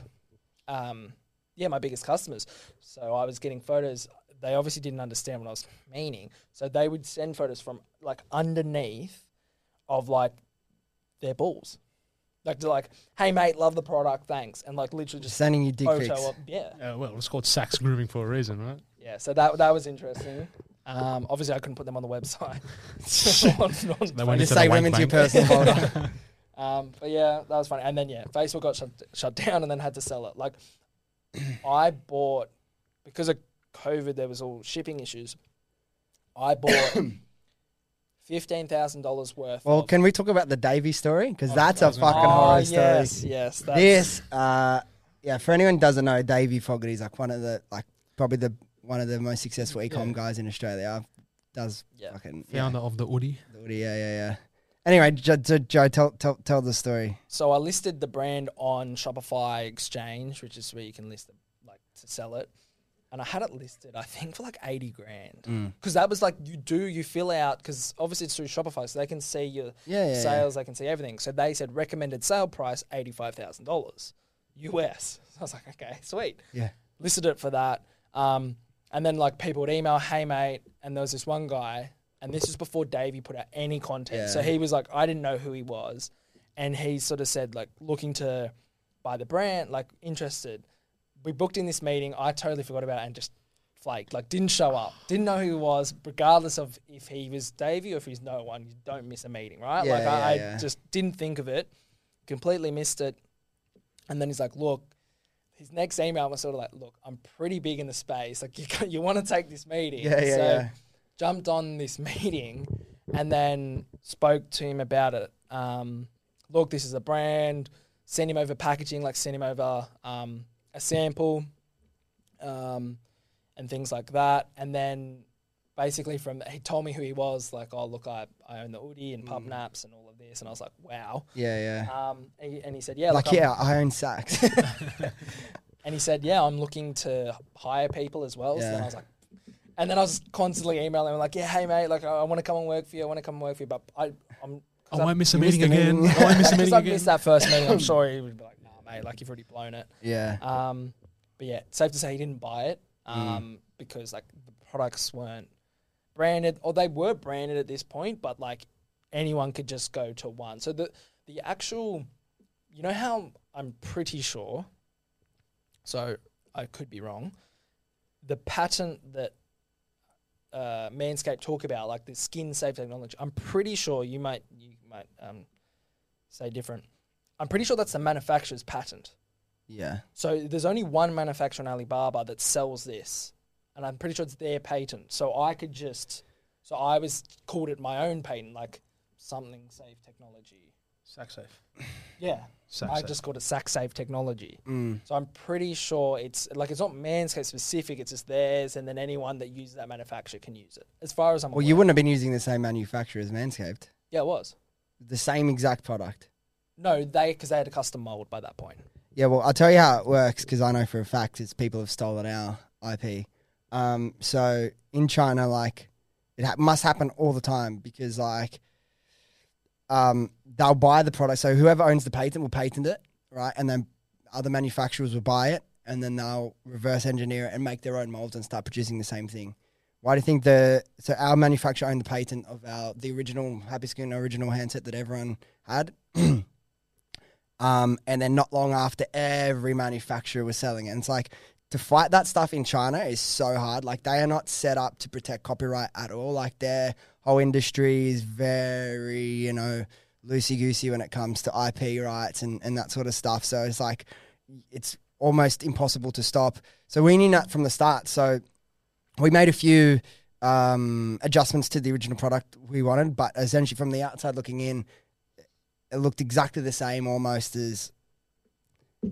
Speaker 2: um, yeah, my biggest customers. So I was getting photos. They obviously didn't understand what I was meaning. So they would send photos from like underneath of like their balls. Like, they're like, hey, mate, love the product, thanks. And like literally
Speaker 3: Just
Speaker 2: just
Speaker 3: sending you dick pics.
Speaker 2: photo up. Yeah.
Speaker 4: Yeah, Uh, well, it's called Sax Grooming for a reason, right?
Speaker 2: Yeah. So that, that was interesting. Um, obviously, I couldn't put them on the website. On- on
Speaker 4: They went
Speaker 3: Just
Speaker 4: into
Speaker 3: say
Speaker 4: the
Speaker 3: women
Speaker 4: wank
Speaker 3: to your
Speaker 4: bank.
Speaker 3: personal folder.
Speaker 2: Um, but yeah, that was funny. And then yeah, Facebook got shut, shut down and then had to sell it. Like I bought because of COVID, there was all shipping issues. I bought fifteen thousand dollars worth.
Speaker 3: well,
Speaker 2: of,
Speaker 3: can we talk about the Davy story? Because
Speaker 2: Oh,
Speaker 3: that's a
Speaker 4: that's
Speaker 3: fucking
Speaker 4: right.
Speaker 2: oh,
Speaker 3: horror story.
Speaker 2: yes, yes, that's,
Speaker 3: This, uh, yeah, for anyone who doesn't know, Davey Fogarty's like one of the, like probably the one of the most successful ecom
Speaker 4: Yeah.
Speaker 3: guys in Australia. Does
Speaker 2: Yeah.
Speaker 3: fucking yeah,
Speaker 4: Founder of the Woody.
Speaker 3: yeah, yeah, yeah. Anyway, Joe, Joe, Joe tell, tell tell the story.
Speaker 2: So I listed the brand on Shopify Exchange, which is where you can list it, like to sell it. And I had it listed, I think, for like eighty grand, because that was like you do you fill out because obviously it's through Shopify, so they can see your
Speaker 3: Yeah, yeah, yeah.
Speaker 2: sales, they can see everything. So they said recommended sale price eighty five thousand dollars US. So I was like, okay, sweet
Speaker 3: Yeah.
Speaker 2: listed it for that. Um, and then like people would email, hey mate, and there was this one guy, and this is before Davey put out any content.
Speaker 3: Yeah.
Speaker 2: So he was like, I didn't know who he was, and he sort of said like looking to buy the brand, like interested. We booked in this meeting. I totally forgot about it and just flaked, like didn't show up, didn't know who he was, regardless of if he was Davey or if he's no one. You don't miss a meeting, right?
Speaker 3: Yeah,
Speaker 2: like
Speaker 3: yeah,
Speaker 2: I,
Speaker 3: yeah.
Speaker 2: I just didn't think of it, completely missed it. And then he's like, look, his next email was sort of like, "Look, I'm pretty big in the space. Like, you ca- you want to take this meeting?"
Speaker 3: Yeah, yeah,
Speaker 2: so
Speaker 3: yeah.
Speaker 2: Jumped on this meeting, and then spoke to him about it. Um, look, this is a brand. Send him over packaging, like send him over um, a sample, um, and things like that. And then basically from he told me who he was. Like, oh look, I, I own the Udi and
Speaker 3: Mm.
Speaker 2: Pub Naps and all of this. And I was like, wow.
Speaker 3: Yeah, yeah.
Speaker 2: Um, and, he, and he said, yeah,
Speaker 3: like
Speaker 2: look, I'm-
Speaker 3: yeah, I own sacks.
Speaker 2: and he said, "Yeah, I'm looking to hire people as well." So then
Speaker 3: Yeah.
Speaker 2: I was like, and then I was constantly emailing him like, "Yeah, hey mate, like I, I want to come and work for you. I want to come and work for you." But I, I'm
Speaker 4: I
Speaker 2: 'Cause I-
Speaker 4: won't miss a
Speaker 3: You missed
Speaker 4: meeting
Speaker 3: the
Speaker 4: again.
Speaker 3: meeting.
Speaker 4: I won't miss a
Speaker 2: Because
Speaker 4: meeting
Speaker 2: I've
Speaker 4: again.
Speaker 2: missed that first meeting. I'm sure he would be like, nah, mate, like you've already blown it.
Speaker 3: Yeah.
Speaker 2: Um, but yeah, it's safe to say he didn't buy it um, because like the products weren't branded, or they were branded at this point, but like anyone could just go to one. So the the actual, you know how I'm pretty sure. So I could be wrong. The patent that uh, Manscaped talk about, like the skin safe technology, I'm pretty sure you might you might um, say different. I'm pretty sure that's the manufacturer's patent.
Speaker 3: Yeah.
Speaker 2: So there's only one manufacturer in Alibaba that sells this, and I'm pretty sure it's their patent. So I could just, so I was called it my own patent, like something safe technology.
Speaker 4: Sack safe.
Speaker 2: Yeah,
Speaker 4: Sack
Speaker 2: I
Speaker 4: safe.
Speaker 2: just called it Sac Safe Technology.
Speaker 3: Mm.
Speaker 2: So I'm pretty sure it's like it's not Manscaped specific. It's just theirs, and then anyone that uses that manufacturer can use it. As far as I'm
Speaker 3: Well,
Speaker 2: aware.
Speaker 3: you wouldn't have been using the same manufacturer as Manscaped.
Speaker 2: yeah, it was.
Speaker 3: The same exact product.
Speaker 2: No, they because they had a custom mold by that point.
Speaker 3: Yeah, well, I'll tell you how it works because I know for a fact it's people have stolen our IP. Um, so in China, like, it ha- must happen all the time because, like, um, they'll buy the product. So whoever owns the patent will patent it, right? And then other manufacturers will buy it and then they'll reverse engineer it and make their own molds and start producing the same thing. Why do you think the so our manufacturer owned the patent of our the original Happy Skin original handset that everyone had? Um, and then not long after, every manufacturer was selling it. And it's like to fight that stuff in China is so hard. Like they are not set up to protect copyright at all. Like their whole industry is very, you know, loosey goosey when it comes to IP rights and, and that sort of stuff. So it's like it's almost impossible to stop. So we knew that from the start. So we made a few um, adjustments to the original product we wanted, but essentially from the outside looking in, it looked exactly the same almost as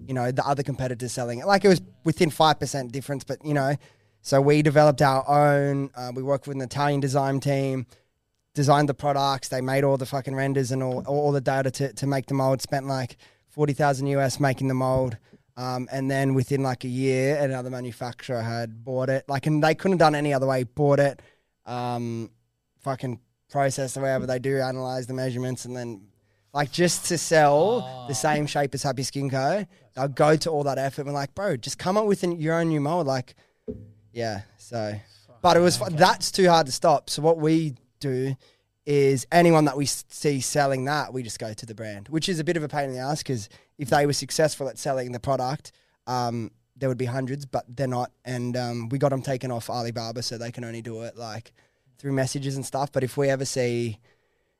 Speaker 3: you know the other competitors selling it like it was within 5% difference but you know so we developed our own uh, we worked with an italian design team designed the products they made all the fucking renders and all, all the data to, to make the mold spent like 40000 us making the mold um, and then within like a year another manufacturer had bought it like and they couldn't have done any other way bought it um, fucking processed or whatever they do analyze the measurements and then like just to sell the same shape as Happy Skin Co. They'll go to all that effort and be like, bro, just come up with an, your own new mold. Like, yeah. So, but it was fu- that's too hard to stop. So what we do is anyone that we s- see selling that, we just go to the brand, which is a bit of a pain in the ass because if they were successful at selling the product, um, there would be hundreds, but they're not. And um, we got them taken off Alibaba, so they can only do it like through messages and stuff. But if we ever see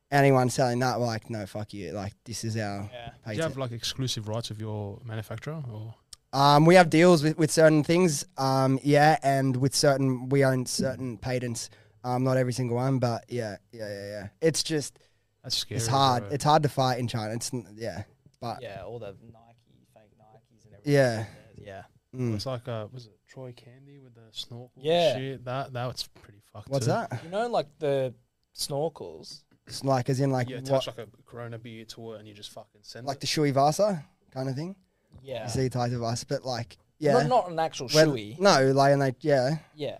Speaker 3: anyone selling that, we're like, no, fuck you. Like this is our
Speaker 2: Yeah.
Speaker 4: Do
Speaker 3: patent.
Speaker 4: you have like exclusive rights of your manufacturer or
Speaker 3: Um, we have deals with, with certain things, um, yeah, and with certain we own certain patents. Um, not every single one, but yeah, yeah, yeah, yeah. It's just
Speaker 4: that's scary?
Speaker 3: it's hard.
Speaker 4: bro.
Speaker 3: It's hard to fight in China. It's n- yeah, but
Speaker 2: Yeah, all the Nike fake Nikes and everything.
Speaker 3: yeah,
Speaker 2: Yeah.
Speaker 3: mm.
Speaker 4: It's like uh, was it Troy Candy with the snorkel?
Speaker 2: Yeah.
Speaker 4: shit? that that was pretty fucked.
Speaker 3: what's
Speaker 4: too.
Speaker 3: that?
Speaker 2: You know, like the snorkels.
Speaker 3: It's like as in like
Speaker 4: You
Speaker 3: what,
Speaker 4: attach like a Corona beer to it and you just fucking send
Speaker 3: like
Speaker 4: it.
Speaker 3: the Shui Vasa kind of thing.
Speaker 2: Yeah.
Speaker 3: Z type of us, but like yeah,
Speaker 2: Not, not an actual
Speaker 3: Where-
Speaker 2: shoey.
Speaker 3: No, like and they yeah,
Speaker 2: Yeah.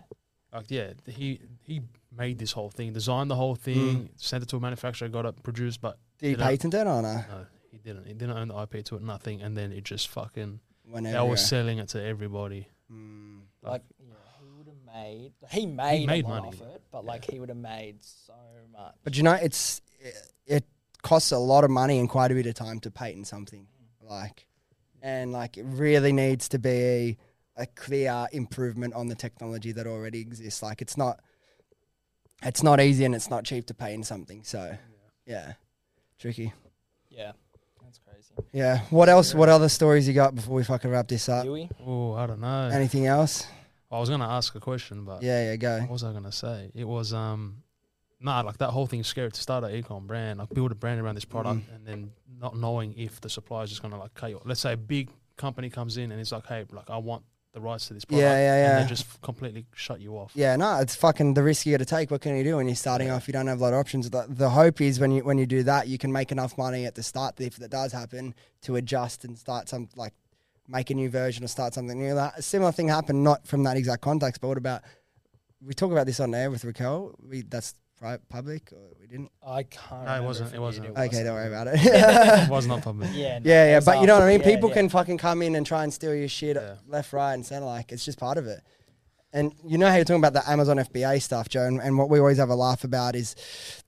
Speaker 4: Like yeah, th- he he made this whole thing, designed the whole thing, sent it to a manufacturer, got it produced, but
Speaker 3: Mm. did he
Speaker 4: Did I-
Speaker 3: patent it or no?
Speaker 4: no, he didn't. He didn't own the IP to it, nothing, and then it just fucking
Speaker 3: Whenever.
Speaker 4: they were selling it to everybody.
Speaker 3: Mm.
Speaker 2: Like,
Speaker 4: Like-
Speaker 2: yeah, he would have made. He made,
Speaker 4: made
Speaker 2: a lot
Speaker 4: money.
Speaker 2: of it, but like he would have made so much.
Speaker 3: But you know, it's it, it costs a lot of money and quite a bit of time to patent something, like, and like it really needs to be a clear improvement on the technology that already exists. Like, it's not, it's not easy and it's not cheap to patent something. So, yeah, tricky.
Speaker 2: Yeah. That's crazy.
Speaker 3: Yeah. What else? What other stories you got before we fucking wrap this up?
Speaker 2: Huey?
Speaker 4: Oh, I don't know.
Speaker 3: Anything else?
Speaker 4: I was gonna ask a question, but
Speaker 3: Yeah, yeah, go.
Speaker 4: what was I gonna say? It was um, nah, like that whole thing's scary to start an econ brand, like build a brand around this
Speaker 3: Mm.
Speaker 4: product, and then not knowing if the supplier is just gonna like cut you. Let's say a big company comes in and it's like, hey, like I want the rights to this
Speaker 3: Yeah,
Speaker 4: product,
Speaker 3: yeah,
Speaker 4: and
Speaker 3: yeah.
Speaker 4: they just completely shut you off.
Speaker 3: Yeah, no, it's fucking the risk you got to take. What can you do when you're starting off? You don't have a lot of options. The, the hope is when you when you do that, you can make enough money at the start if that does happen to adjust and start some like make a new version or start something new. That a similar thing happened, not from that exact context, but what about we talk about this on air with Raquel. We that's pri- public or we didn't?
Speaker 2: I can't.
Speaker 4: No, it
Speaker 2: remember
Speaker 4: wasn't,
Speaker 2: if
Speaker 4: it
Speaker 2: did,
Speaker 4: wasn't.
Speaker 3: Okay, don't worry about it.
Speaker 4: It was not public.
Speaker 2: Yeah, no,
Speaker 3: Yeah,
Speaker 2: it
Speaker 3: yeah,
Speaker 2: was
Speaker 3: but you know what I
Speaker 2: after.
Speaker 3: mean.
Speaker 2: Yeah,
Speaker 3: People
Speaker 2: yeah.
Speaker 3: can fucking come in and try and steal your shit
Speaker 4: Yeah.
Speaker 3: left, right, and center. Like it's just part of it. And you know how you're talking about the Amazon FBA stuff, Joe, and, and what we always have a laugh about is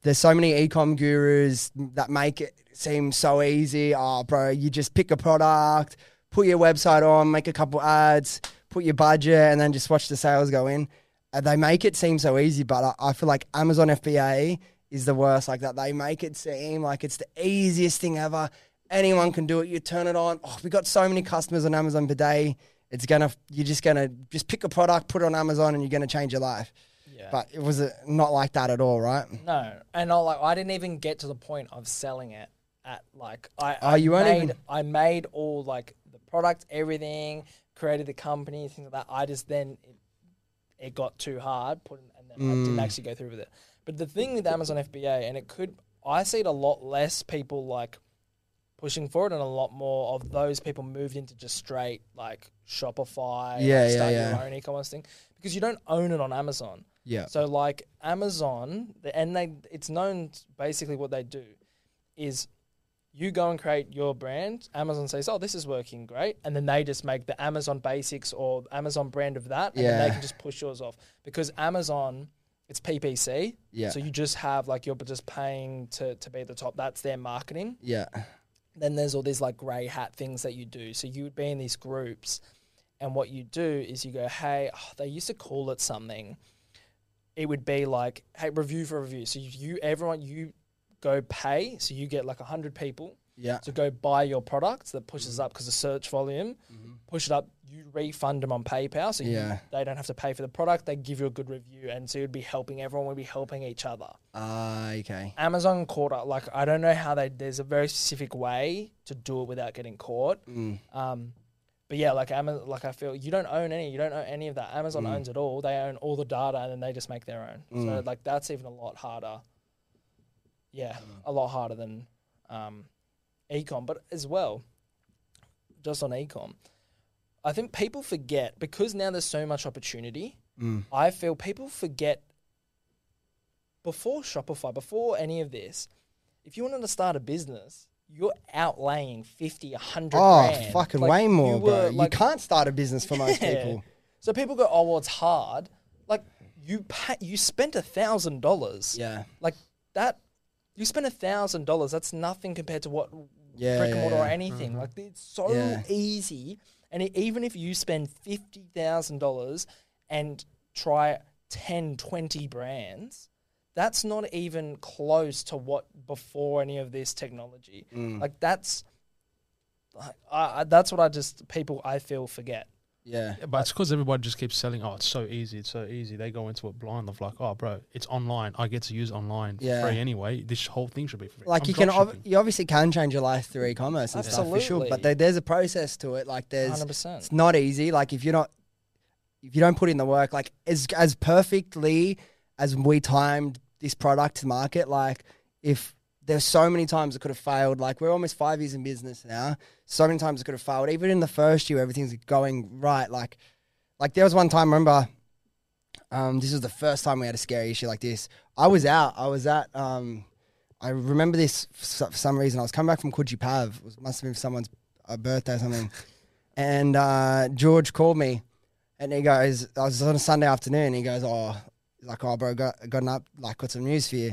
Speaker 3: there's so many e-com gurus that make it seem so easy. Oh, bro, you just pick a product, put your website on, make a couple ads, put your budget, and then just watch the sales go in. And they make it seem so easy, but I, I feel like Amazon FBA is the worst. Like that, they make it seem like it's the easiest thing ever. Anyone can do it. You turn it on. Oh, we got so many customers on Amazon per day. It's gonna. You're just gonna just pick a product, put it on Amazon, and you're gonna change your life.
Speaker 2: Yeah.
Speaker 3: But it was uh not like that at all, right?
Speaker 2: No, and I like I didn't even get to the point of selling it at like I.
Speaker 3: Oh,
Speaker 2: I
Speaker 3: you weren't
Speaker 2: made,
Speaker 3: even-
Speaker 2: I made all like the product, everything, created the company, things like that. I just then it, it got too hard, put in- and then I
Speaker 3: Mm.
Speaker 2: didn't actually go through with it. But the thing with Amazon FBA, and it could I see it a lot less people like pushing for it, and a lot more of those people moved into just straight like Shopify, like,
Speaker 3: Yeah, yeah,
Speaker 2: start
Speaker 3: yeah.
Speaker 2: your own e-commerce thing because you don't own it on Amazon.
Speaker 3: Yeah.
Speaker 2: So like Amazon, the- and they it's known basically what they do is you go and create your brand. Amazon says, "Oh, this is working great," and then they just make the Amazon basics or Amazon brand of that, and then
Speaker 3: Yeah.
Speaker 2: they can just push yours off because Amazon it's PPC.
Speaker 3: Yeah.
Speaker 2: So you just have like you're just paying to to be at the top. That's their marketing
Speaker 3: Yeah.
Speaker 2: then there's all these like grey hat things that you do. So you would be in these groups, and what you do is you go, hey, oh, they used to call it something. It would be like, hey, review for review. So you, you everyone, you go pay. So you get like 100 people
Speaker 3: Yeah.
Speaker 2: to go buy your product that pushes up because the search volume, push it up. You refund them on PayPal. So you-
Speaker 3: Yeah.
Speaker 2: they don't have to pay for the product. They give you a good review. And so you'd be helping everyone, would be helping each other.
Speaker 3: Ah, okay.
Speaker 2: Amazon caught up. Like I don't know how they. There's a very specific way to do it without getting caught.
Speaker 3: Mm,
Speaker 2: Um, but yeah, like Amazon, like I feel you don't own any. You don't own any of that. Amazon owns it all. They own all the data, and then they just make their own. So like that's even a lot harder. Yeah, a lot harder than um, ecom. But as well, just on ecom, I think people forget because now there's so much opportunity.
Speaker 3: mm.
Speaker 2: I feel people forget before Shopify, before any of this, if you wanted to start a business, you're outlaying 50, 100
Speaker 3: Oh,
Speaker 2: grand.
Speaker 3: fucking
Speaker 2: Like,
Speaker 3: way more,
Speaker 2: you were,
Speaker 3: bro.
Speaker 2: like-
Speaker 3: you can't start a business for most
Speaker 2: Yeah.
Speaker 3: people.
Speaker 2: So people go, oh, well, it's hard. Like, you pa you spent a thousand dollars.
Speaker 3: Yeah.
Speaker 2: Like, that, you spent a thousand dollars. That's nothing compared to what
Speaker 3: Yeah,
Speaker 2: brick and
Speaker 3: yeah,
Speaker 2: mortar or
Speaker 3: yeah. Mm-hmm.
Speaker 2: anything. Like, it's so
Speaker 3: Yeah.
Speaker 2: easy. And it, even if you spend $50,000 and try 10, 20 brands, that's not even close to what before any of this technology.
Speaker 3: Mm.
Speaker 2: Like, that's. I, I, that's what I just people I feel forget.
Speaker 3: Yeah.
Speaker 4: Yeah, but it's because everybody just keeps selling. Oh, it's so easy. It's so easy. They go into it blind of like, oh, bro, it's online. I get to use online for
Speaker 3: Yeah.
Speaker 4: free anyway. This whole thing should be free.
Speaker 3: Like
Speaker 4: I'm
Speaker 3: you can, ob-
Speaker 4: dropshipping.
Speaker 3: you obviously can change your life through e-commerce and stuff for sure. But
Speaker 2: Absolutely.
Speaker 3: there, there's a process to it. Like there's,
Speaker 2: 100%.
Speaker 3: it's not easy. Like if you're not, if you don't put in the work, like as as perfectly as we timed this product to market, like if there's so many times it could have failed. Like we're almost five years in business now. So many times it could have failed. Even in the first year, everything's going right. Like, like there was one time. Remember, um, this was the first time we had a scary issue like this. I was out. I was at. Um, I remember this for so- for some reason. I was coming back from Coogee Pav. It was- must have been someone's uh, birthday or something. and uh, George called me, and he goes, "I was on a Sunday afternoon." He goes, "Oh, he's like, oh, bro, got got an up, like, got some news for you."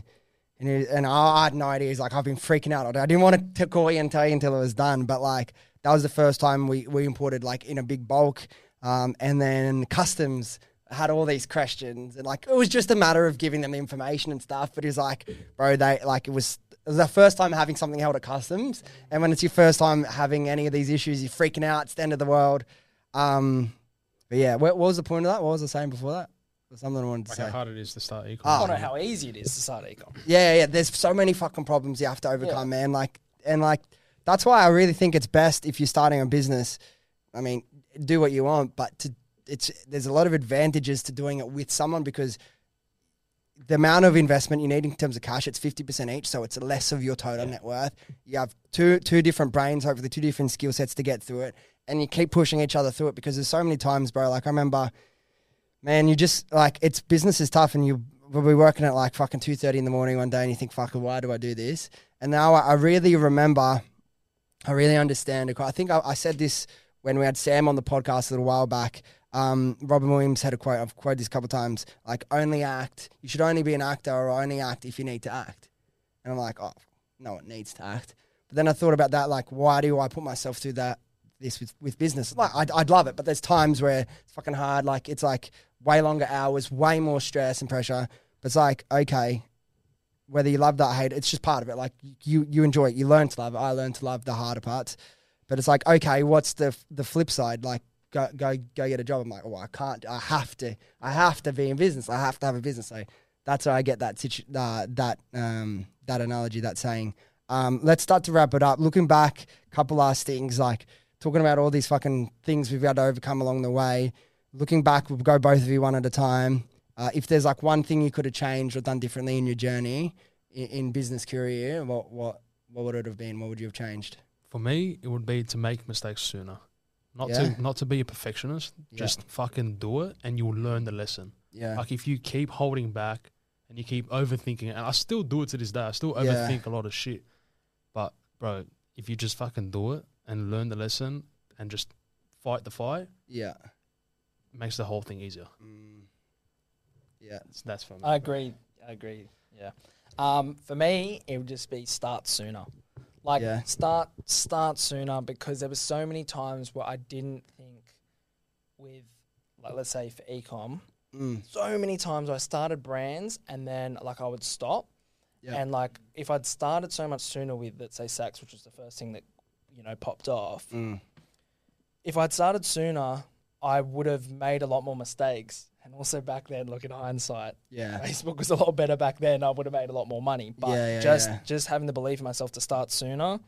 Speaker 3: And, he, and I, I had no idea. He's like, I've been freaking out. all day. I didn't want to call you and tell you until it was done. But like, that was the first time we, we imported like in a big bulk. Um, and then customs had all these questions. And like, it was just a matter of giving them the information and stuff. But he's like, bro, they like, it was, it was the first time having something held at customs. And when it's your first time having any of these issues, you're freaking out. It's the end of the world. Um, but yeah, what, what was the point of that? What was I saying before that? There's Something I wanted to
Speaker 4: Like
Speaker 3: say.
Speaker 4: how hard it is to start e
Speaker 2: I
Speaker 3: Ah.
Speaker 4: commerce
Speaker 2: don't know how easy it is to start ecom.
Speaker 3: Yeah, yeah. There's so many fucking problems you have to overcome, man. Like, and like, that's why I really think it's best if you're starting a business. I mean, do what you want, but to it's there's a lot of advantages to doing it with someone because the amount of investment you need in terms of cash, it's fifty percent each, so it's less of your total net worth. You have two two different brains, hopefully two different skill sets to get through it, and you keep pushing each other through it because there's so many times, bro. Like I remember man, you just like it's business is tough, and you we'll be working at like fucking two thirty in the morning one day, and you think, "Fucking, why do I do this?" And now I, I really remember, I really understand. it. I think I, I said this when we had Sam on the podcast a little while back. Um, Robin Williams had a quote. I've quoted this a couple of times. Like, only act. You should only be an actor, or only act if you need to act. And I'm like, oh, no one needs to act. But then I thought about that. Like, why do I put myself through that? This with, with business, like I'd, I'd love it, but there's times where it's fucking hard. Like it's like way longer hours, way more stress and pressure. But it's like, okay, whether you love that or hate it, it's just part of it. Like you you enjoy it, you learn to love it. I learned to love the harder parts. But it's like, okay, what's the the flip side? Like go go go get a job. I'm like, oh, I can't. I have to. I have to be in business. I have to have a business. So that's where I get that situ- uh, that um that analogy, that saying. Um, let's start to wrap it up. Looking back, couple last things like talking about all these fucking things we've had to overcome along the way looking back, we'll go both of you one at a time. Uh, if there's like one thing you could have changed or done differently in your journey in, in business career, what what what would it have been? What would you have changed?
Speaker 4: For me, it would be to make mistakes sooner. Not
Speaker 3: Yeah.
Speaker 4: to not to be a perfectionist.
Speaker 3: Yeah.
Speaker 4: Just fucking do it, and you'll learn the lesson.
Speaker 3: Yeah,
Speaker 4: Like if you keep holding back and you keep overthinking, it, and I still do it to this day. I still
Speaker 3: Yeah.
Speaker 4: overthink a lot of shit. But bro, if you just fucking do it and learn the lesson and just fight the fight,
Speaker 3: yeah,
Speaker 4: it makes the whole thing easier.
Speaker 3: mm. yeah.
Speaker 4: That's, that's for me.
Speaker 2: I agree. I agree. Yeah. Um, for me, it would just be start sooner. Like
Speaker 3: Yeah.
Speaker 2: start start sooner because there were so many times where I didn't think with like let's say for ecom,
Speaker 3: Mm.
Speaker 2: so many times I started brands and then like I would stop.
Speaker 3: Yeah.
Speaker 2: And like if I'd started so much sooner with let's say Saks, which was the first thing that, you know, popped off,
Speaker 3: Mm.
Speaker 2: if I'd started sooner, I would have made a lot more mistakes. And also back then, look in hindsight,
Speaker 3: Yeah,
Speaker 2: Facebook was a lot better back then. I would have made a lot more money. But
Speaker 3: Yeah, yeah,
Speaker 2: just
Speaker 3: yeah.
Speaker 2: just having the belief in myself to start sooner,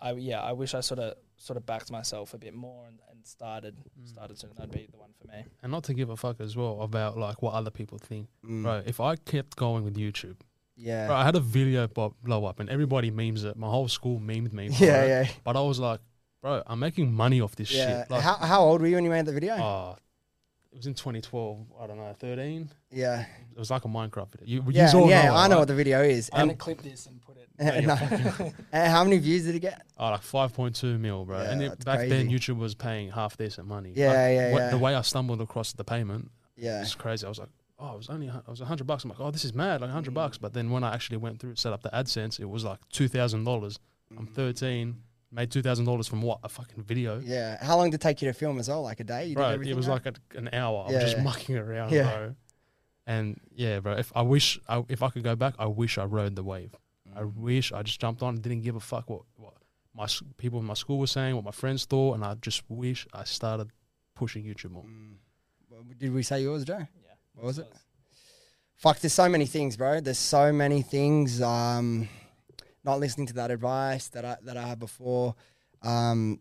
Speaker 2: I yeah, I wish I sort of sort of backed myself a bit more and, and started
Speaker 3: Mm.
Speaker 2: started sooner. That'd be the one for me.
Speaker 4: and not to give a fuck as well about like what other people think.
Speaker 3: mm.
Speaker 4: Bro, if I kept going with YouTube,
Speaker 3: Yeah,
Speaker 4: bro, I had a video bo- blow up and everybody memes it. My whole school memed me. for
Speaker 3: yeah,
Speaker 4: it.
Speaker 3: yeah,
Speaker 4: But I was like, bro, I'm making money off this
Speaker 3: yeah.
Speaker 4: shit. Like,
Speaker 3: how how old were you when you made the video?
Speaker 4: uh, it was in 2012. I don't know, 13.
Speaker 3: yeah,
Speaker 4: It was like a Minecraft video. You, you
Speaker 3: yeah,
Speaker 4: all
Speaker 3: yeah.
Speaker 4: know it,
Speaker 3: I know
Speaker 4: right?
Speaker 3: what the video is.
Speaker 2: I'm
Speaker 3: And,
Speaker 2: gonna clip this and put it.
Speaker 3: and, and how many views did it get?
Speaker 4: Oh, like 5.2 mil, bro.
Speaker 3: Yeah,
Speaker 4: and it,
Speaker 3: that's
Speaker 4: back then,
Speaker 3: crazy.
Speaker 4: YouTube was paying half decent money.
Speaker 3: Yeah,
Speaker 4: Like,
Speaker 3: yeah,
Speaker 4: what- The
Speaker 3: yeah.
Speaker 4: way I stumbled across the payment
Speaker 3: Yeah,
Speaker 4: was crazy. I was like, oh, it was only I was 100 bucks. I'm like, oh, this is mad, like
Speaker 3: Mm.
Speaker 4: 100 bucks. But then when I actually went through and set up the AdSense, it was like $2,000.
Speaker 3: Mm.
Speaker 4: I'm 13, made $2,000 from what? A fucking video.
Speaker 3: yeah. How long did it take you to film as well? Like a day? You did
Speaker 4: bro, it
Speaker 3: everything
Speaker 4: was
Speaker 3: right?
Speaker 4: like a, an hour. I
Speaker 3: Yeah,
Speaker 4: was just
Speaker 3: yeah.
Speaker 4: mucking around,
Speaker 3: Yeah.
Speaker 4: bro. And yeah, bro. If I wish, I, if I could go back, I wish I rode the wave. I
Speaker 3: Mm.
Speaker 4: wish I just jumped on and didn't give a fuck what what my s- people in my school were saying, what my friends thought, and I just wish I started pushing YouTube more.
Speaker 3: Mm. Did we say yours, Joe?
Speaker 2: Yeah.
Speaker 3: What was it? Fuck, there's so many things, bro. There's so many things. Um, not listening to that advice that I that I had before. Um,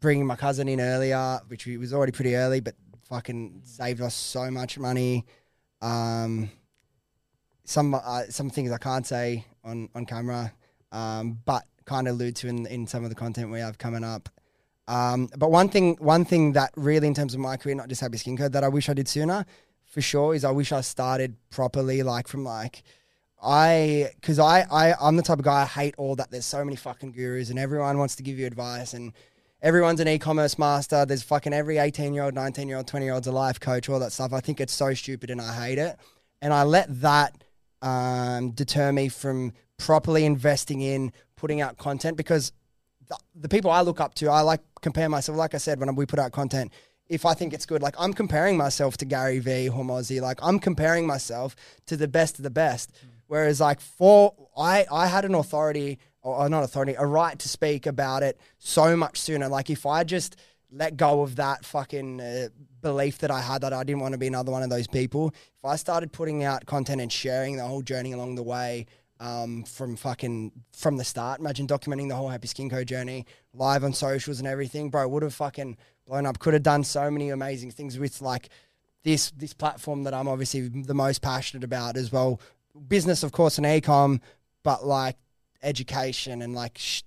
Speaker 3: bringing my cousin in earlier, which we- was already pretty early, but fucking saved us so much money. Um, some uh, some things I can't say on on camera, um, but kind of allude to in in some of the content we have coming up. Um, but one thing, one thing that really, in terms of my career, not just happy skincare, that I wish I did sooner, for sure, is I wish I started properly, like from like, I, because I, I, I'm the type of guy I hate all that. There's so many fucking gurus, and everyone wants to give you advice, and everyone's an e-commerce master. There's fucking every 18 year old, 19 year old, 20 year old's a life coach, all that stuff. I think it's so stupid, and I hate it. And I let that um, deter me from properly investing in putting out content because the, the people I look up to, I like compare myself. Like I said, when we put out content, if I think it's good, like I'm comparing myself to Gary Vee, Hormozzi, like I'm comparing myself to the best of the best. Whereas, like for I, I had an authority or or not authority, a right to speak about it so much sooner. Like if I just let go of that fucking uh, belief that I had that I didn't want to be another one of those people. If I started putting out content and sharing the whole journey along the way um, from fucking from the start, imagine documenting the whole Happy Skin Co journey live on socials and everything, bro, would have fucking blown up. Could have done so many amazing things with like this this platform that I'm obviously the most passionate about as well. Business, of course, and ecom, but like education and like sh-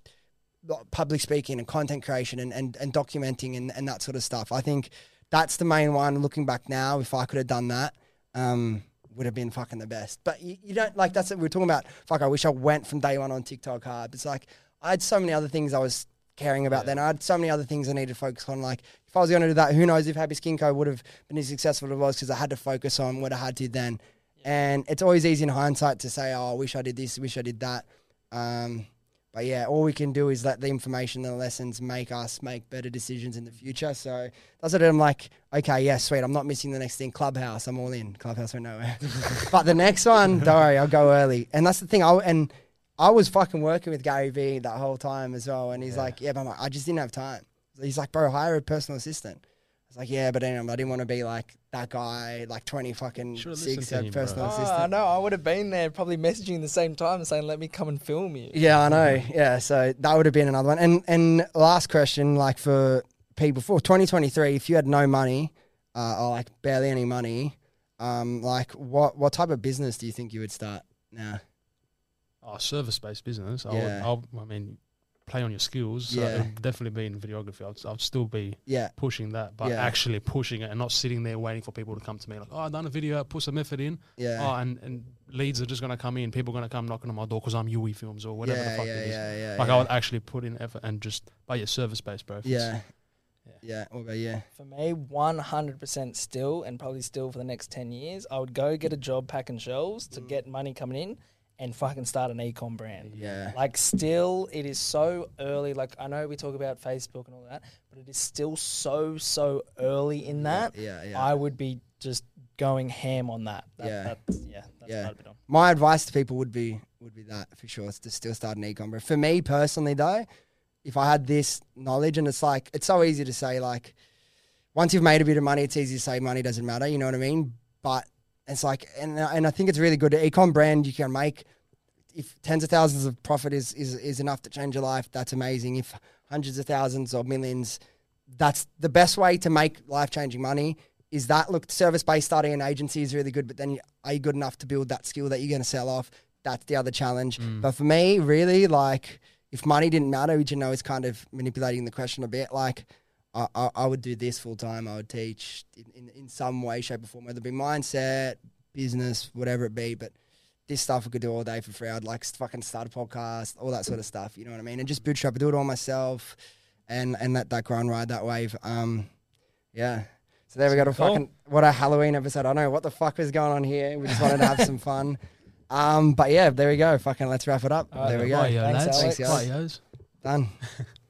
Speaker 3: like, public speaking and content creation and, and, and documenting and, and that sort of stuff. I think that's the main one. Looking back now, if I could have done that, um, would have been fucking the best. But you, you don't like that's what we were talking about. Fuck, I wish I went from day one on TikTok hard. It's like I had so many other things I was caring about then. I had so many other things I needed to focus on. Like if I was going to do that, who knows if Happy Skin Co would have been as successful as it was because I had to focus on what I had to then. And it's always easy in hindsight to say, "Oh, I wish I did this, I wish I did that." Um, but yeah, all we can do is let the information and the lessons make us make better decisions in the future. So that's what I'm like, okay, yeah, sweet. I'm not missing the next thing. Clubhouse, I'm all in. Clubhouse went nowhere. but the next one, don't worry, I'll go early. And that's the thing. I and I was fucking working with Gary Vee that whole time as well. And he's like, yeah, but I'm like, I just didn't have time. He's like, bro, hire a personal assistant. I was like, yeah, but anyway, I didn't want to be like that guy, like 20 fucking
Speaker 4: Should've
Speaker 3: six
Speaker 4: listened to him, bro.
Speaker 3: personal
Speaker 2: Oh,
Speaker 3: assistant.
Speaker 2: I know. I would have been there, probably messaging the same time, saying, "Let me come and film you."
Speaker 3: Yeah, I know. Yeah, so that would have been another one. And and last question, like for people for 2023, if you had no money, uh, or like barely any money, um, like what what type of business do you think you would start now?
Speaker 4: Oh, service based business. I,
Speaker 3: Yeah.
Speaker 4: would, I, would, I mean, play on your skills. So
Speaker 3: Yeah.
Speaker 4: it'd definitely be in videography. I'd, I'd still be
Speaker 3: Yeah,
Speaker 4: pushing that, but
Speaker 3: Yeah.
Speaker 4: actually pushing it and not sitting there waiting for people to come to me like, oh, I've done a video, put some effort in.
Speaker 3: yeah,
Speaker 4: Oh, and, and leads are just going to come in. People are going to come knocking on my door because I'm UE Films or whatever
Speaker 3: yeah,
Speaker 4: the fuck
Speaker 3: yeah,
Speaker 4: it is.
Speaker 3: yeah, yeah,
Speaker 4: Like
Speaker 3: yeah.
Speaker 4: I would actually put in effort and just buy your service based, bro. If it's-
Speaker 3: yeah,
Speaker 4: Yeah.
Speaker 3: yeah. What about you?
Speaker 2: For me, one hundred percent still, and probably still for the next ten years, I would go get a job packing shelves
Speaker 3: Mm.
Speaker 2: to get money coming in, and fucking start an econ brand.
Speaker 3: Yeah,
Speaker 2: Like, still, it is so early. Like, I know we talk about Facebook and all that, but it is still so so early in that.
Speaker 3: yeah, yeah.
Speaker 2: I would be just going ham on that. that
Speaker 3: Yeah.
Speaker 2: that's, yeah, that's
Speaker 3: Yeah.
Speaker 2: what I'd be on.
Speaker 3: my advice to people would be would be that for sure. It's to still start an econ. But for me personally, though, if I had this knowledge, and it's like it's so easy to say, like once you've made a bit of money, it's easy to say money doesn't matter. You know what I mean? But it's like, and and I think it's really good. Econ brand you can make if tens of thousands of profit is is is enough to change your life. That's amazing. If hundreds of thousands or millions, that's the best way to make life changing money. Is that look service based starting an agency is really good, but then you- are you good enough to build that skill that you're going to sell off? That's the other challenge. But for me, really, like if money didn't matter, which you know is kind of manipulating the question a bit, like. I, I, I would do this full time. I would teach in, in, in some way, shape, or form, whether it be mindset, business, whatever it be. But this stuff I could do all day for free. I'd like s- fucking start a podcast, all that sort of stuff. You know what I mean? And just bootstrap, do it all myself, and and let that grind ride that wave. Um, yeah. So there we go. To
Speaker 2: Cool.
Speaker 3: fucking what a Halloween episode. I know what the fuck was going on here. We just wanted to have some fun. Um, but yeah, there we go. Fucking let's wrap it up.
Speaker 2: All right,
Speaker 3: there we
Speaker 2: bye,
Speaker 3: go.
Speaker 4: Rightio,
Speaker 2: Thanks,
Speaker 4: uh, lads.
Speaker 2: Alex.
Speaker 3: Thanks, guys.
Speaker 4: Rightios.
Speaker 3: Done.